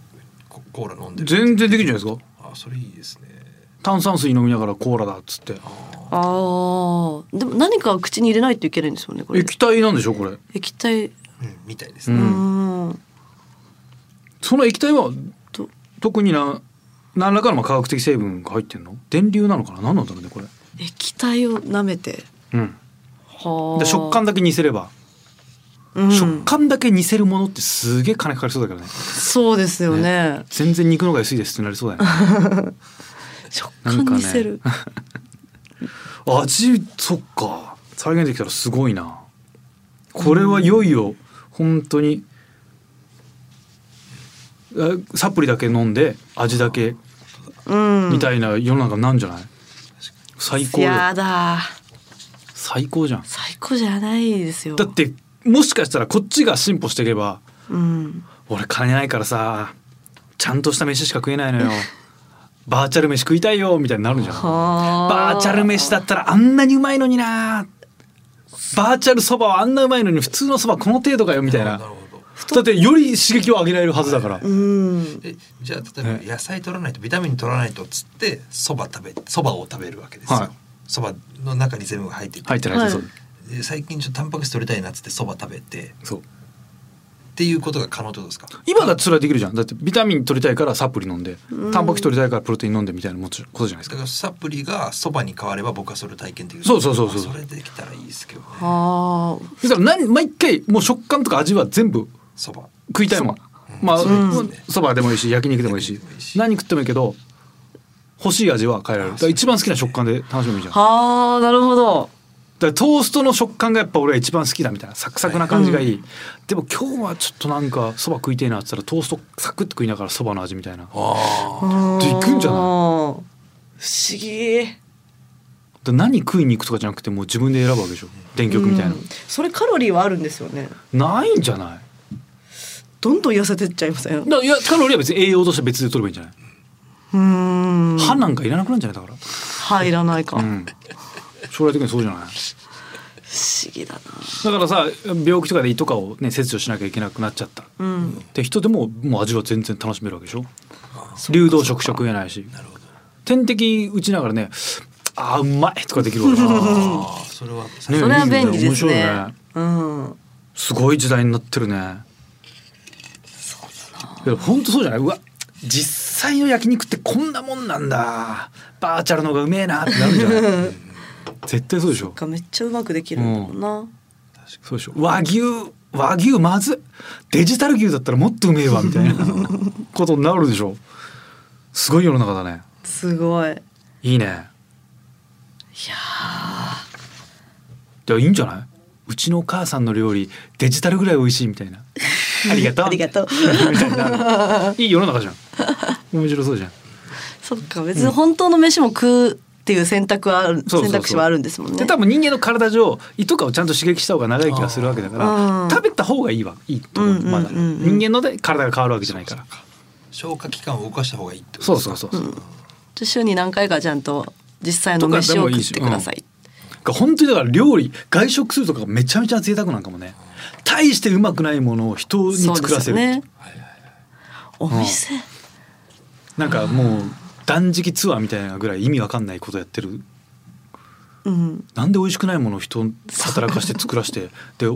D: ココーラ飲んでる
B: 全然できるんじゃないですか
D: あそれいいですね
B: 炭酸水飲みながらコーラだっつって
C: あーでも何かを口に入れないといけないんですよねこれ
B: 液体なんでしょこれ
C: 液体
D: うんみたいですね、
B: う
C: うんん
B: その液体は
C: と
B: 特にな何らかのまあ化学的成分が入ってんの電流なのかな何なんだろうねこれ
C: 液体を舐めて
B: うん
C: は
B: で
C: あ
B: 食感だけ似せれば、
C: うん
B: 食感だけ似せるものってすげえ金かかりそうだからね
C: そうですよね
B: 全然肉の方が安いですってなりそうだよね
C: 食感にせる、
B: 味そっか再現できたらすごいなこれはいよいよ本当にあサプリだけ飲んで味だけ
C: うん
B: みたいな世の中になんじゃない、最高だ
C: や
B: よ
C: だ
B: 最高じゃん
C: 最高じゃないですよ
B: だってもしかしたらこっちが進歩していけば
C: うん
B: 俺金ないからさちゃんとした飯しか食えない のよバーチャル飯食いたいよみたいになるんじゃん
C: はあ
B: バーチャル飯だったらあんなにうまいのになバーチャルそばはあんなうまいのに普通のそばこの程度かよみたいな
D: なるほど
B: だってより刺激を上げられるはずだから、
C: うん
D: えじゃあ例えば野菜取らないとビタミン取らないとっつってそば食べそばを食べるわけです
B: はい
D: よそば、の中に全部が入ってて
B: 入ってない
C: はい
B: そう
D: で最近ちょっとタンパク質取りたいなっつってそば食べてっ
B: そう
D: ていうことが可能ってことですか
B: 今だってそれはできるじゃんだってビタミン取りたいからサプリ飲んで
C: うん
B: タンパク質取りたいからプロテイン飲んでみたいなもちことじゃないですか
D: だからサプリがそばに変われば僕はそれを体験できる
B: そうそうそうそう
D: あそれできたらいいですけどね
C: は
B: だから何毎回もう食感とか味は全部
D: そば
B: 食いたいもんまあ
D: そうですね
B: そば、でもいいし焼肉でもいいし
D: 焼肉でもいいし
B: 何食ってもいいけど欲しい味は変えられるだから一番好きな食感で楽しめばいいじゃん
C: あはあなるほど
B: だからトーストの食感がやっぱ俺は一番好きだみたいなサクサクな感じがいい、でも今日はちょっとなんかそば食いてえなって言ったらトーストサクッと食いながらそばの味みたいなだか
D: ああ
B: で行くんじゃない
C: 不思議
B: ら何食いに行くとかじゃなくてもう自分で選ぶわけでしょ電極みたいな
C: うん、それカロリーはあるんですよね
B: ないんじゃない
C: どんどん痩せてっちゃいません
B: だからいやカロリーは別に栄養として別で取ればいいんじゃない、
C: うん
B: 歯なんかいらなくなるんじゃないだか
C: 入らないか、
B: ら、う
C: 不思
B: ん、将来的にそうじゃない
C: 議だな
B: だからさ病気とかで胃とかをね切除しなきゃいけなくなっちゃったっ
C: うん
B: て人でももう味は全然楽しめるわけでしょ流動食食えないし
D: なるほど
B: 点滴打ちながらね「あーうまい!」とかできるわけだなね
D: ああそれは
B: え
C: それは便利ですね
B: 面白いね
C: うん
B: すごい時代になってるねいやほんとそうじゃないうわ実際の焼肉ってこんなもんなんだバーチャルの方がうめえなってなるんじゃ ない絶対そうでしょ
C: かめっちゃうまくできるんだろうな、
B: そうでしょ和牛和牛まずデジタル牛だったらもっとうめえわみたい なことになるでしょすごい世の中だね
C: すごいい
B: いいねい
C: や
B: やいいんじゃないうちのお母さんの料理デジタルぐらい美味しいみたい なありがとう
C: ありがとう
B: みたい ないい世の中じゃん面白そうじゃん
C: そっか別に本当の飯も食うっていう選択はある
B: そうそうそう
C: 選択肢はあるんですもんね
B: で多分人間の体上胃とかをちゃんと刺激した方が長い気がするわけだか
C: あ
B: ら
C: ー
B: 食べた方がいいわいいと思う、
C: うんうんうん
B: まだ人間ので体が変わるわけじゃないから
D: 消化器官を動かした方がいいってこと
B: そう
D: です
B: そう
D: か
B: そうそう、
C: じゃあ週に何回かちゃんと実際の飯を食ってください
B: が本当にだから料理外食するとかがめちゃめちゃ贅沢なんかもね大してうまくないものを人に
C: そうで
B: 作ら
C: す
B: せ
C: よ
B: る、
C: ねお店、
B: なんかもう断食ツアーみたいなぐらい意味わかんないことやってる
C: うん、
B: なんで美味しくないものを人働かして作らしてで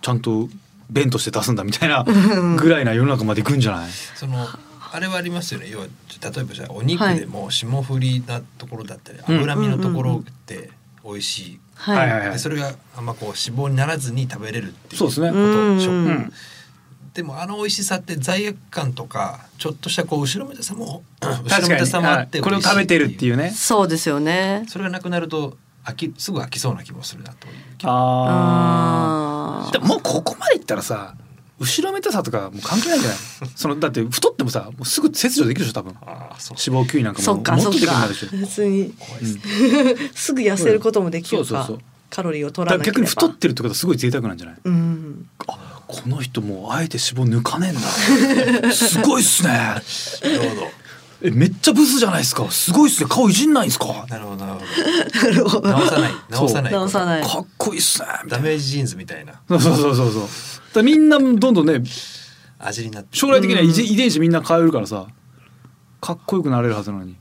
B: ちゃんと弁として出すんだみたいなぐらいな世の中まで行くんじゃない
D: そのあれはありますよね要は例えばじゃあお肉でも霜降りなところだったり、
B: ん
D: 脂身のところって美味しい、
C: はい、
B: はいはい
D: でそれがあんまこう脂肪にならずに食べれるっていう
B: そうですね
D: こと
C: うん
D: 食
C: うん
D: でもあの美味しさって罪悪感とかちょっとしたこう後ろめたさも後ろ
B: 確か
D: めた
B: に
D: さもあって
B: はいこれを食べてるっていううね
C: そうですよね
D: それがなくなると飽きすぐ飽きそうな気もするなという気も
B: あ
C: あ
B: ー
C: ー
B: でももうここまでいったらさ後ろめたさとかもう関係ないんじゃない そのだって太ってもさもうすぐ切除できるでしょ多分
D: ああそう
B: 脂肪吸引なんか
C: そ
B: もも
C: っ
B: っ
C: かそ
B: と
C: っ
B: できるようにな
C: か
B: るでしょ
C: 別に
D: 怖いですね、
C: すぐ痩せることもできる
B: そう
C: か
B: そうそう
C: カロリーを取
B: だから
C: なけれ
B: 逆に
C: ば
B: 太ってるってことはすごい贅沢なんじゃない
C: うん
B: この人もうあえて脂肪抜かねえんだすごいっすね
D: なるほど
B: えめっちゃブスじゃないですかすごいっすね顔いじんないんですか
D: なるほどなるほ
C: なるほ
D: ど
C: ど
D: 直さない直さない
C: 直さない
B: かっこいいっすねみた
D: ダ
B: いな
D: メージジーンズみたいな
B: そうそうそうそうそうだからみんなどんどんね
D: 味になって
B: 将来的には遺伝遺伝子みんな変えるからさかっこよくなれるはずなのに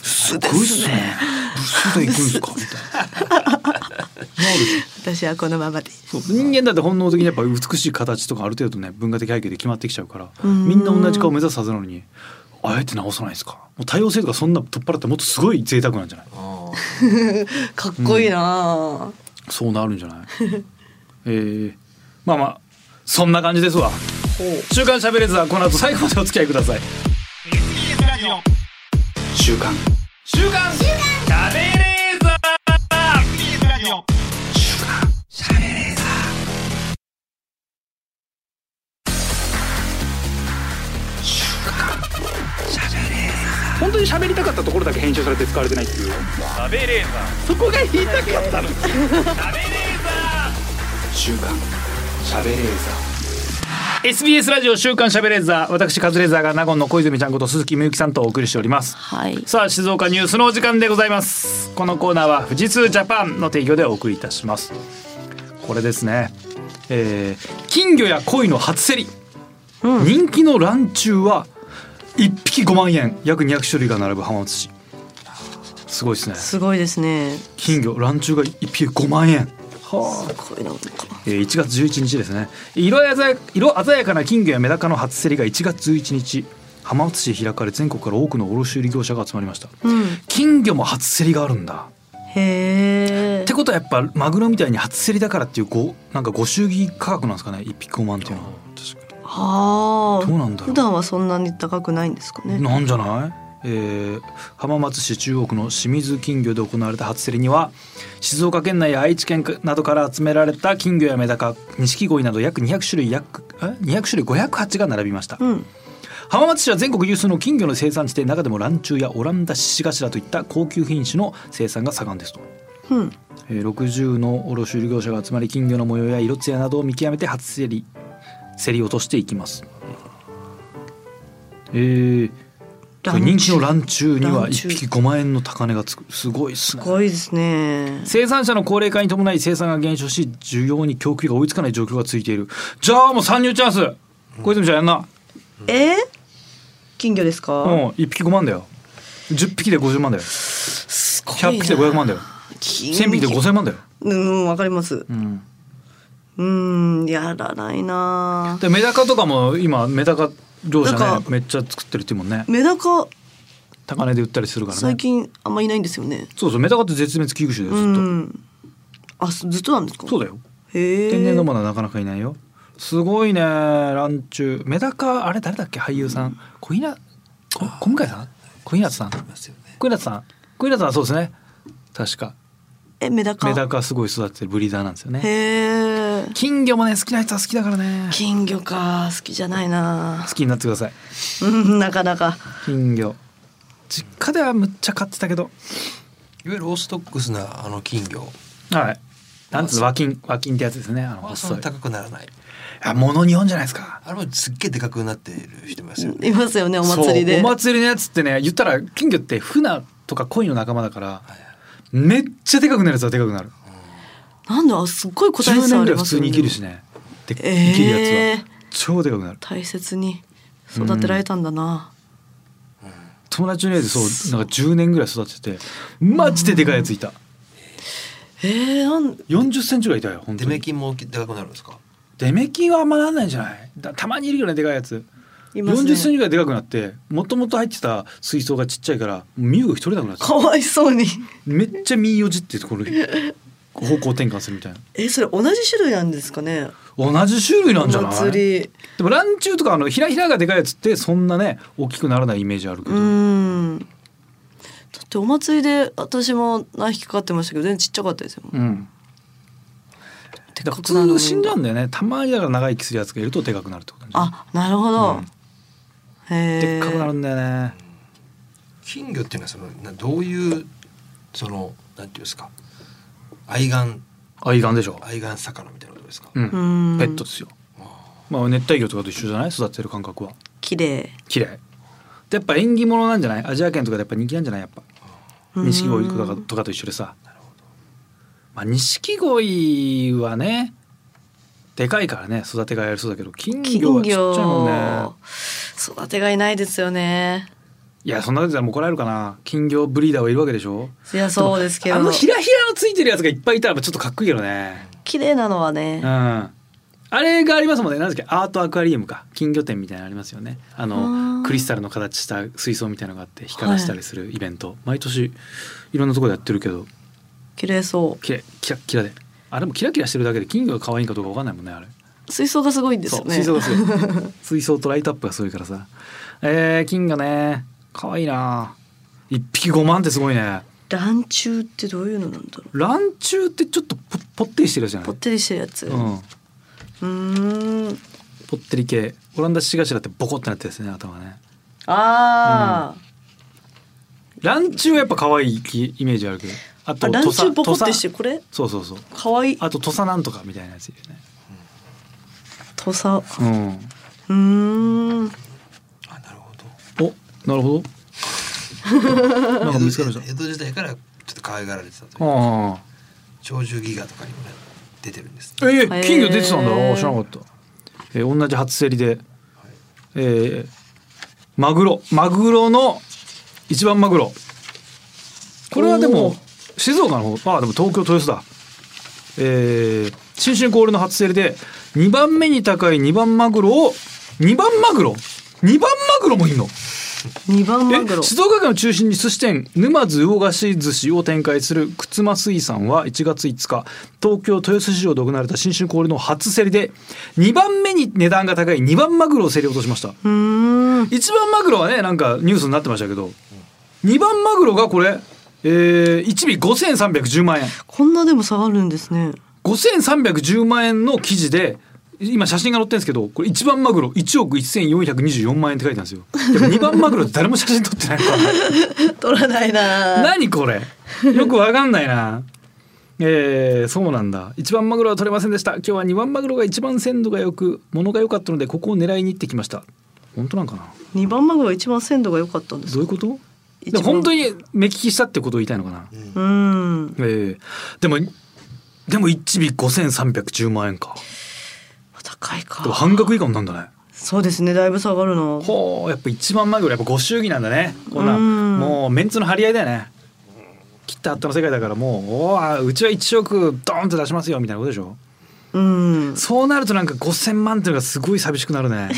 B: すごいっすねブスでいくんすかみたいななるでしょ
C: 私はこのままで
B: そう人間だって本能的にやっぱ美しい形とかある程度ね文化的背景で決まってきちゃうからみんな同じ顔を目指すはずなのにあえて直さないですかもう多様性とかそんな取っ払ってもっとすごい贅沢なんじゃない
D: あ
C: かっこいいな、
B: そうなるんじゃ ないえー、まあまあそんな感じですわ「週刊しゃべれず」はこの後最後までお付き合いください
A: 週刊本当に喋りたかったところだけ編集されて使われてないっていう喋れーそこが言いたかったの喋れー週刊喋れー
B: SBS ラジオ「週刊しゃべれず」私カズレーザーが納言の小泉ちゃんこと鈴木みゆきさんとお送りしております
C: はい
B: さあ静岡ニュースのお時間でございますこのコーナーは富士通ジャパンの提供でお送りいたしますこれですね、えー金魚や鯉の初競り、人気のランチュウは1匹5万円約200種類が並ぶ浜松市すごいですね
C: すごいですね
B: 金魚ランチュウが1匹5万円
C: すごいななんか
B: えー1月11日ですね色鮮や色鮮やかな金魚やメダカの初競りが1月11日浜松市で開かれ全国から多くの卸売業者が集まりました、
C: うん
B: 金魚も初競りがあるんだ
C: へえ
B: ってことはやっぱマグロみたいに初競りだからっていうごなんかご祝儀価格なんですかね一匹5万っていうのは
C: ああ
B: どうなんだろう
C: 普段はそんなに高くないんですかね
B: なんじゃないえー浜松市中央区の清水金魚で行われた初競りには静岡県内や愛知県などから集められた金魚やメダカ錦鯉など約200種類約え200種類508鉢が並びました、
C: うん
B: 浜松市は全国有数の金魚の生産地で中でもランチュウやオランダシシガシラといった高級品種の生産が盛んですと、
C: うん
B: えー60の卸売業者が集まり金魚の模様や色艶などを見極めて初競り競り落としていきますえーこれ人気のランチュウには
C: ランチ
B: 1
C: ュウ
B: 匹5万円の高値がつくすごいっす
C: す
B: ね
C: ごいですね
B: 生産者の高齢化に伴い生産が減少し需要に供給が追いつかない状況が続いているじゃあもう参入チャンス小泉ちゃんやんな
C: えー金魚ですか、
B: うん、一匹五万だよ。十匹で五十万だよ。
C: すごいな
B: 百匹で五百万だよ。
C: 金魚
B: 千匹で五千万だよ。
C: うんわかります、
B: うん。
C: うんやらないな
B: でメダカとかも今メダカ業者
C: な
B: ね
C: んか
B: めっちゃ作ってるっていうもんね
C: メダカ
B: 高値で売ったりするからね
C: 最近あんまいないんですよね
B: そうそうメダカって絶滅危惧種だ
C: う
B: よずっと
C: んあすずっとなんですか
B: そうだよ
C: へえ
B: 天然のものはなかなかいないよすごいねランチュウメダカあれ誰だっけ俳優さん小稲こ小向井さん小稲さん
D: いますよね
B: 小稲さん小稲さんはそうですね確か
C: えメダカ
B: メダカすごい育ててるブリーダーなんですよね
C: へえ
B: 金魚もね好きな人は好きだからね
C: 金魚か好きじゃないな
B: 好きになってください
C: うんなかなか
B: 金魚実家ではむっちゃ飼ってたけど
D: いわゆるオーストックスなあの金魚
B: はいなんつうの和金和金ってやつですねあの
D: はそ
B: 細
D: ん
B: い
D: な高くならない
B: あ物日本じゃないですか
D: あれもすっげえでかくなってる人いますよね
C: いますよねお祭りで
B: そうお祭りのやつってね言ったら金魚ってフナとかコイの仲間だからめっちゃでかくなるやつはでかくなる
C: なんだすっごい個
B: 10
C: 体差
B: 年
C: あ
B: ぐら
C: り
B: い
C: ま
B: 普
C: す
B: 通
C: よね
B: に生きるしねで生
C: えー
B: きるやつは超でかくなる
C: 大切に育てられたんだな、
B: 友達の家でそうなんか10年ぐらい育ててマジででかいやついた
C: えー、なん
B: 4 0センチぐらいいたよ本
D: デ
B: 当に
D: メキンもでかくなるんですか
B: デメキンはあんまなんないんじゃないだたまにいるよねでかいやつ
C: いま
B: 40
C: す
B: センチ
C: ね
B: ぐらいでかくなってもともと入ってた水槽がちっちゃいからミュウが一人だくなっちゃ
C: か
B: う
C: わいそうに
B: めっちゃミーヨジってこれ方向転換するみたいな
C: えそれ同じ種類なんですかね
B: 同じ種類なんじゃない
C: お祭り
B: でもランチュウとかあのひらひらがでかいやつってそんなね大きくならないイメージあるけ
C: う
B: ど、
C: んだってお祭りで私も何匹かかってましたけど全然ちっちゃかったですよ
B: うん、
C: で
B: だ
C: っ
B: か
C: か
B: ら普
C: くなるの
B: 通
C: に
B: 死んじゃうんだよねたまにだから長生きするやつがいるとでかくなるってことなんじゃない
C: あなるほど、へえ
B: でっかくなるんだよね
D: 金魚っていうのはそのなどういうそのなんていうんですか愛玩
B: 愛玩でしょ、
D: 愛玩魚みたいなことですか、
B: うん
C: うん
B: ペットですよまあ熱帯魚とかと一緒じゃない育ててる感覚は
C: 綺麗
B: 綺麗でやっぱ縁起物なんじゃないアジア圏とかでやっぱ人気なんじゃないやっぱ錦鯉とかとかと一緒でさまあ錦鯉はねでかいからね育てがやりそうだけど金
C: 金
B: 魚はちっちゃいもんね
C: 魚育てがいないですよね
B: いやそんなことじゃもう怒られるかな金魚ブリーダーはいるわけでしょ
C: いやそうですけ
B: あの
C: ど
B: ひらひらのついてるやつがいっぱいいたらちょっとかっこいいけどね
C: 綺麗なのは
B: う
C: ね
B: んあれがありますもんね何ですかアートアクアリウムか金魚店みたいなのありますよねあ
C: あー
B: のクリスタルの形した水槽みたいなのがあって光らせたりするイベント、毎年いろんなところでやってるけど
C: 綺麗そ
B: キラキラキラであれもキラキラしてるだけで金魚が可愛いかどうかわかんないもんねあれ
C: う水槽がすごいんです
B: そ
C: よ
B: う
C: ね
B: 水槽がすごい 水槽とライトアップがすごいからさえー、金魚ね可愛いな一匹5万ってすごいね
C: ランチュウってどういうのなんだろう
B: ランチュウってちょっとぽぽってりしてるやつじゃない
C: ぽってりしてるやつ
B: うん、
C: ーん
B: ぽってり系オランダシガシラってボコってなってるやつね頭がね
C: あー、
B: ランチュウはやっぱ可愛いきイメージあるけどあと
C: あランチュウポコってして
B: ト
C: るこれ
B: サそうそうそう
C: かわいい
B: あと土佐なんとかみたいなやついるね
C: 土佐
B: う
C: うーん
D: あなるほど
B: んおなる ほどなんか見つかりました
D: 江戸時代からちょっと可愛がられてたという
B: ああ
D: 長寿ギガとかにもね出てるんですね、
B: ええ
C: ー
B: 金魚出てたんだ、ああ知らなかった、えー同じ初競りで、えーマグロマグロの一番マグロこれはで
C: お
B: も
C: ー
B: 静岡の方ああでも東京豊洲だえー新春恒例の初競りで2番目に高い2番マグロを2番マグロ2番マグロもいんの
C: 二番マグロ
B: え静岡県を中心に寿司店沼津魚菓子寿司を展開するくつま水産は1月5日東京豊洲市場で行われた新春恒例の初競りで2番目に値段が高い2番マグロを競り落としました
C: うーん
B: 1番マグロはねなんかニュースになってましたけど2番マグロがこれ、えー、1尾5310万円
C: こんなでも下がるんですね
B: 5310万円の記事で今写真が載ってるんですけどこれ1番マグロ1億1424万円って書いてあるんですよでも2番マグロって誰も写真撮ってないから
C: 取らないな
B: 何これよくわかんないなえー、そうなんだ一番マグロは取れませんでした今日は二番マグロが一番鮮度がよく物が良かったのでここを狙いに行ってきました本当なんかな
C: 二番マグロが一番鮮度が良かったんです
B: どういうこと
C: 一
B: で
C: 番
B: 本当に目利きしたってことを言いたいのかな、
D: うん
C: うーん
B: えー、でもでも1尾5310万円か
C: 高いか
B: でも半額以下になるんだね
C: そうですねだいぶ下がるな
B: ほうやっぱ一番マグロやっぱご祝儀なんだねこんな
C: うん
B: もうメンツの張り合いだよね切ったあったの世界だからもうおーうちは1億ドーンと出しますよみたいなことでしょ
C: ううん
B: そうなるとなんか5,000万っていうのがすごい寂しくなるね。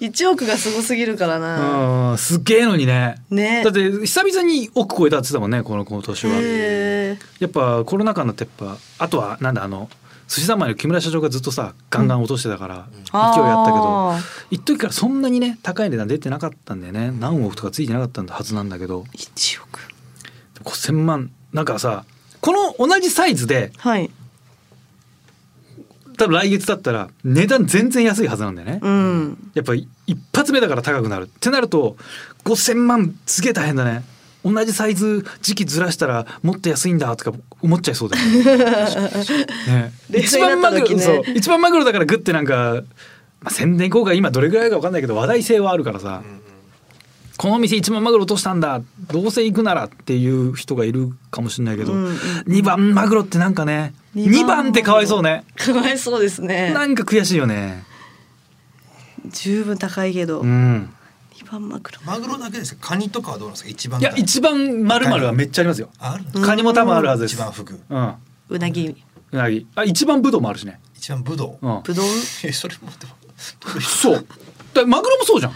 C: 1億がすごすぎるからな、
B: うん、すっげえのにね。
C: ね
B: だって久々に億超えたって言ってたもんねこの今年は。
C: へえ
B: やっぱコロナ禍になってやっぱあとはなんだあの寿司三昧の木村社長がずっとさガンガン落としてたから、勢いあったけど
C: あー
B: 一時からそんなにね高い値段出てなかったんだよね何億とかついてなかったんだはずなんだけど
C: 1億
B: 5,000万なんかさこの同じサイズで
C: はい
B: 多分来月だったら値段全然安いはずなんだよね。
C: うん
B: やっぱり一発目だから高くなるってなると5,000万すげえ大変だね同じサイズ時期ずらしたらもっと安いんだとか思っちゃいそうだよ ねね
C: 冷
B: 一
C: 静に
B: 番
C: な
B: マグ
C: った
B: ロ、
C: 時ね
B: そう一番マグロだからグッてなんか、まあ、宣伝効果今どれぐらいか分かんないけど話題性はあるからさ、この店一番マグロ落としたんだどうせ行くならっていう人がいるかもしれないけど、
C: うんうん
B: 2番マグロってなんかね
C: 二
B: 2
C: 番
B: 番ってかわいそうね
C: かわいそうですね
B: なんか悔しいよね
C: 十分高いけど、
B: うん
C: 二番マグロ
D: マグロだけですかカニとかはどうなんですか一番
B: いや
D: 高
B: 一番まるまるはめっちゃありますよ。
D: ああるんですか
B: カニも多分あるはずです。
D: 一番フグ
B: うん。
C: うなぎ
B: うなぎ。あ一番ブドウもあるしね。
D: 一番ブドウ、
B: う
D: え
B: ん。
C: ぶどう
D: それもでも
B: そう。だマグロもそうじゃん。い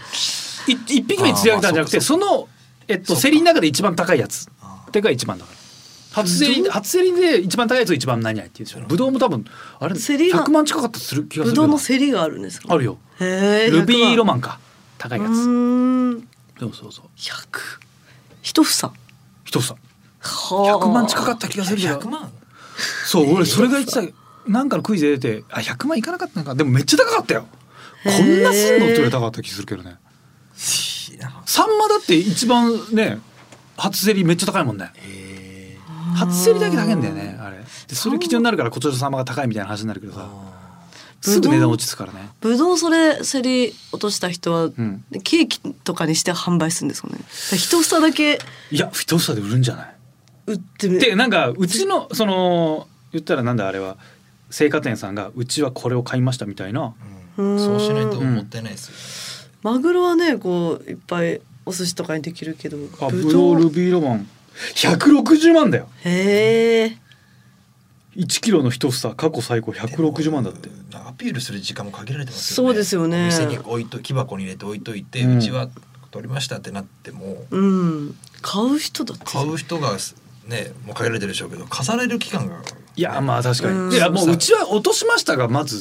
B: 一匹目釣り上げたんじゃなくて
D: あーまあ
B: そのえっと競りの中で一番高いやつ
D: あー
B: てか一番だから。初競り初競りで一番高いやつが一番何々っていうでしょ。ブドウも多分あれ
C: 競りが
B: 100万近かったする気がする
C: ぶ
B: けど。
C: どうの競りがあるんですか
B: あるよ。
C: へえ
B: ルビーロ
C: マ
B: マンか高いや
C: う
B: つ。
C: ーん
B: そうそうそう。
C: 百一房
B: 一房
C: は
B: 100万近かった気がするけど。
D: 100万
B: そう俺それが言ってたなんかのクイズで出てあ100万いかなかったのかでもめっちゃ高かったよこんなすんのって言われたかった気するけどね
D: いいな
B: サンマだって一番ね初競りめっちゃ高いもんね
D: えー
B: 初競りだけ高いんだよねあれでそれ基準になるから今年のサンマが高いみたいな話になるけどさすぐ値段落ち着くからね
C: ぶどうそれ競り落とした人は、
B: ん
C: ケーキとかにして販売するんですかねだから一房だけ
B: いや一房で売るんじゃない
C: 売ってみ
B: でなんかうちのその言ったらなんだあれは青果店さんがうちはこれを買いましたみたいな
D: うん
C: ん
D: そうしないともったいないですよ、
C: マグロはねこういっぱいお寿司とかにできるけど
B: あブドウルビーロマン160万だよ
C: へえ
B: 1キロの一房過去最高160万だって
D: アピールする時間も限られてますよ
C: そ
D: ね
C: うですよね
D: お店に置いと木箱に入れて置いといて、
B: う
D: うんちは取りましたってなっても
C: うん買う人だって
D: 買う人がねもう限られてるでしょうけど飾れる期間が
B: いやまあ確か
C: うん
B: にいやもううちは落としましたがまず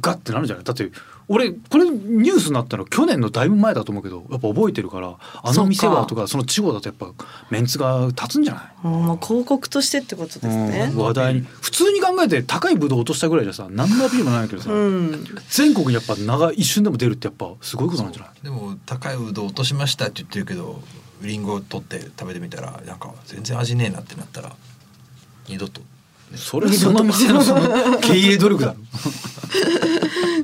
B: ガッてなるんじゃないだって俺これニュースになったの去年のだいぶ前だと思うけどやっぱ覚えてるからあの店
C: そっ
B: は
C: か
B: とかその地方だとやっぱメンツが立つんじゃない
C: うんまあ広告としてってことですね
B: うん話題に普通に考えて高いブドウ落としたぐらいじゃさ何のアピールもないけどさ、
C: うん
B: 全国にやっぱ長い一瞬でも出るってやっぱすごいことなんじゃない
D: でも高いうどん落としましたって言ってるけどリンゴ取って食べてみたらなんか全然味ねえなってなったら二度と
B: それはその店のその経営努力だろ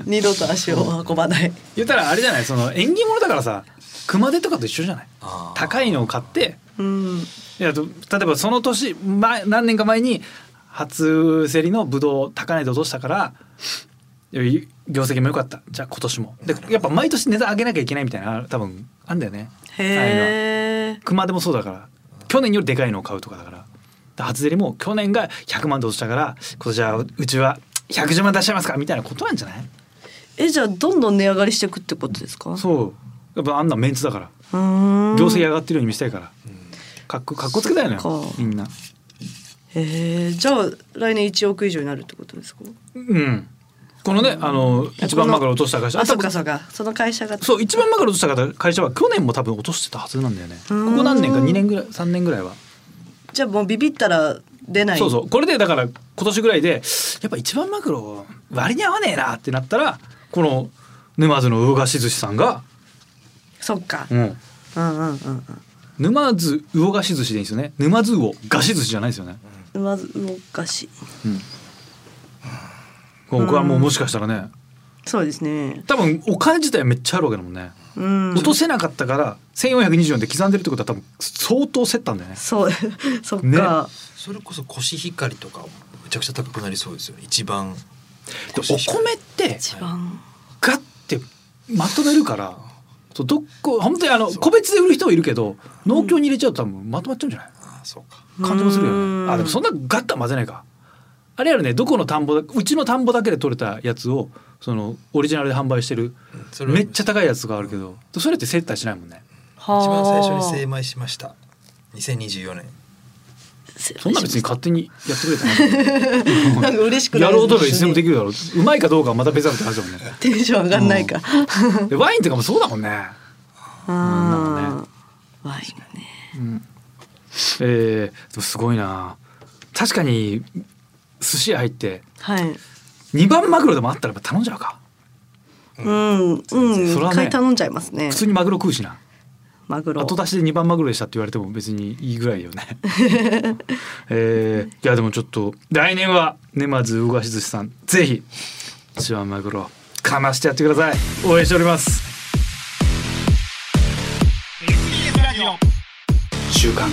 C: 二度と足を運ばない
B: 言ったらあれじゃないその縁起物だからさ熊手とかと一緒じゃない
D: あー
B: 高いのを買って
C: うん
B: いやと例えばその年前何年か前に初競りのブドウ高値で落としたからいやい業績も良かったじゃあ今年もでやっぱ毎年値段上げなきゃいけないみたいな多分あんだよねああいうのは
C: へえ
B: 熊手もそうだから去年よりでかいのを買うとかだからで初競りも去年が100万で落としたから今年はうちは110万出しちゃいますかみたいなことなんじゃない
C: えじゃあどんどん値上がりしていくってことですかう
B: そうやっぱあんなメンツだから
C: うーん
B: 業績上がってるように見せたいから、かっこかっこつけたいの
C: そっ
B: よ
C: か
B: みんな
C: へえじゃあ来年1億以上になるってことですか
B: うんこのねあの一番マグロ落とした会社
C: あ
B: あ
C: そ
B: 多
C: うか
B: 分
C: そうかその会社が
B: そう一番マグロ落とした会社は去年も多分落としてたはずなんだよねここ
C: ーん
B: 何年か2年ぐらい3年ぐらいは、
C: じゃあもうビビったら出ない
B: そうそうこれでだから今年ぐらいでやっぱ一番マグロ割に合わねえなってなったらこの沼津の魚河岸寿司さんが、
C: そっか
B: うん、
C: うんうんうん
B: 沼津魚河岸寿司でいいんですよね沼津魚河岸寿司じゃないですよね、
C: うんまずおかしい
B: 僕はもうもしかしたらね
C: そうですね
B: 多分お金自体はめっちゃあるわけだもんね
C: うん
B: 落とせなかったから1424で刻んでるってことは多分相当競ったんだよね
C: そう そっか、
B: ね
D: それこそコシヒカリとかめちゃくちゃ高くなりそうですよね一番
B: でお米って
C: 一番
B: ガッてまとめるからそうどっこ本当にあの個別で売る人はいるけど農協に入れちゃうと多分まとまっちゃうんじゃない
D: ああそうか
B: 感じもするよ
C: うん
B: ねあでもそんなガッとは混ぜないかあれやるねどこの田んぼだうちの田んぼだけで取れたやつをそのオリジナルで販売してる
D: それは
B: めっちゃ高いやつがあるけどそれって接待しないもんね
C: はあ
D: 一番最初に精米しました2024年
B: そんな別に勝手にやってくれ た
C: なんか嬉しく
B: らや
C: ない
B: ろうと思えばいつでもできるだろううまいかどうかはまた別だって話だもんね
C: テンション上がんないか。
B: でワインとかもそうだもんね
C: ああ。ワインね。
B: えー、でもすごいな確かに寿司屋入って
C: はい。
B: 2番マグロでもあったらやっぱ頼んじゃうか
C: うん、うん、
B: それはね
C: 一回頼んじゃいますね
B: 普。通にマグロ食うしな
C: マグロ。
B: 後出しで2番マグロでしたって言われても別にいいぐらいよねえー、いやでもちょっと来年は沼津魚河岸寿司さんぜひ一番マグロかましてやってください応援しております
A: 週刊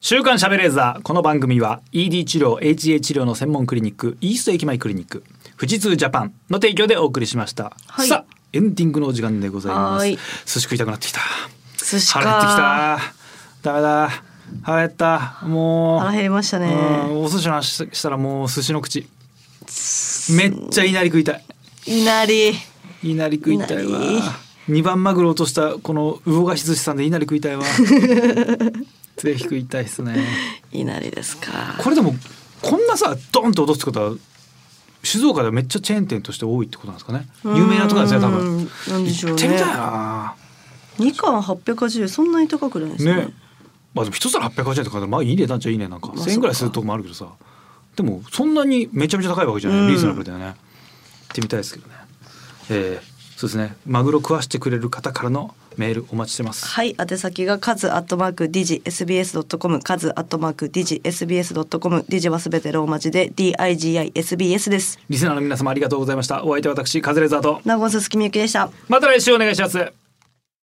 B: 週刊シャベレーザーこの番組は ED 治療 HA 治療の専門クリニックイースト駅前クリニック富士通ジャパンの提供でお送りしました、
C: はい
B: さあエンディングのお時間でございま
C: は
B: す
C: い
B: 寿司食いたくなってきた
C: 寿司か。
B: 腹減ってきたダメだ腹減ったもう
C: 腹減りましたね
B: うんお寿司の話したらもう寿司の口めっちゃいなり食いたい
C: いなり。
B: いなり食いたいわ
C: いなり
B: 二番マグロ落としたこの魚河岸寿司さんでいなり食い たいわぜひ食いたいですね
C: いなりですか。
B: これでもこんなさドンと落とすってことは静岡ではめっちゃチェーン店として多いってことなんですかね有名なとこなんですね多分
C: うんなんでしょ
B: 行
C: う
B: ってみたい
C: ね。
B: な
C: 二貫八百八十円、そんなに高くないですね。
B: ねまあでも一皿880円とかでまあいい値段っちゃいいねなんか
C: まあ
B: 1,000円ぐらいするとこもあるけどさでもそんなにめちゃめちゃ高いわけじゃない、
C: うん
B: リーズナブルだよね行ってみたいですけどねえーそうですねマグロ食わしてくれる方からのメールお待ちしてます
C: はい、宛先がカズアットマークディジ SBS ドットコム、カズアットマークディジ SBS ドットコム、ディジはすべてローマ字で D I G I S B S です。
B: リスナーの皆様ありがとうございましたお相手は私カズレーザーと
C: 名古屋鈴木みゆきでした。
F: また来週お願いします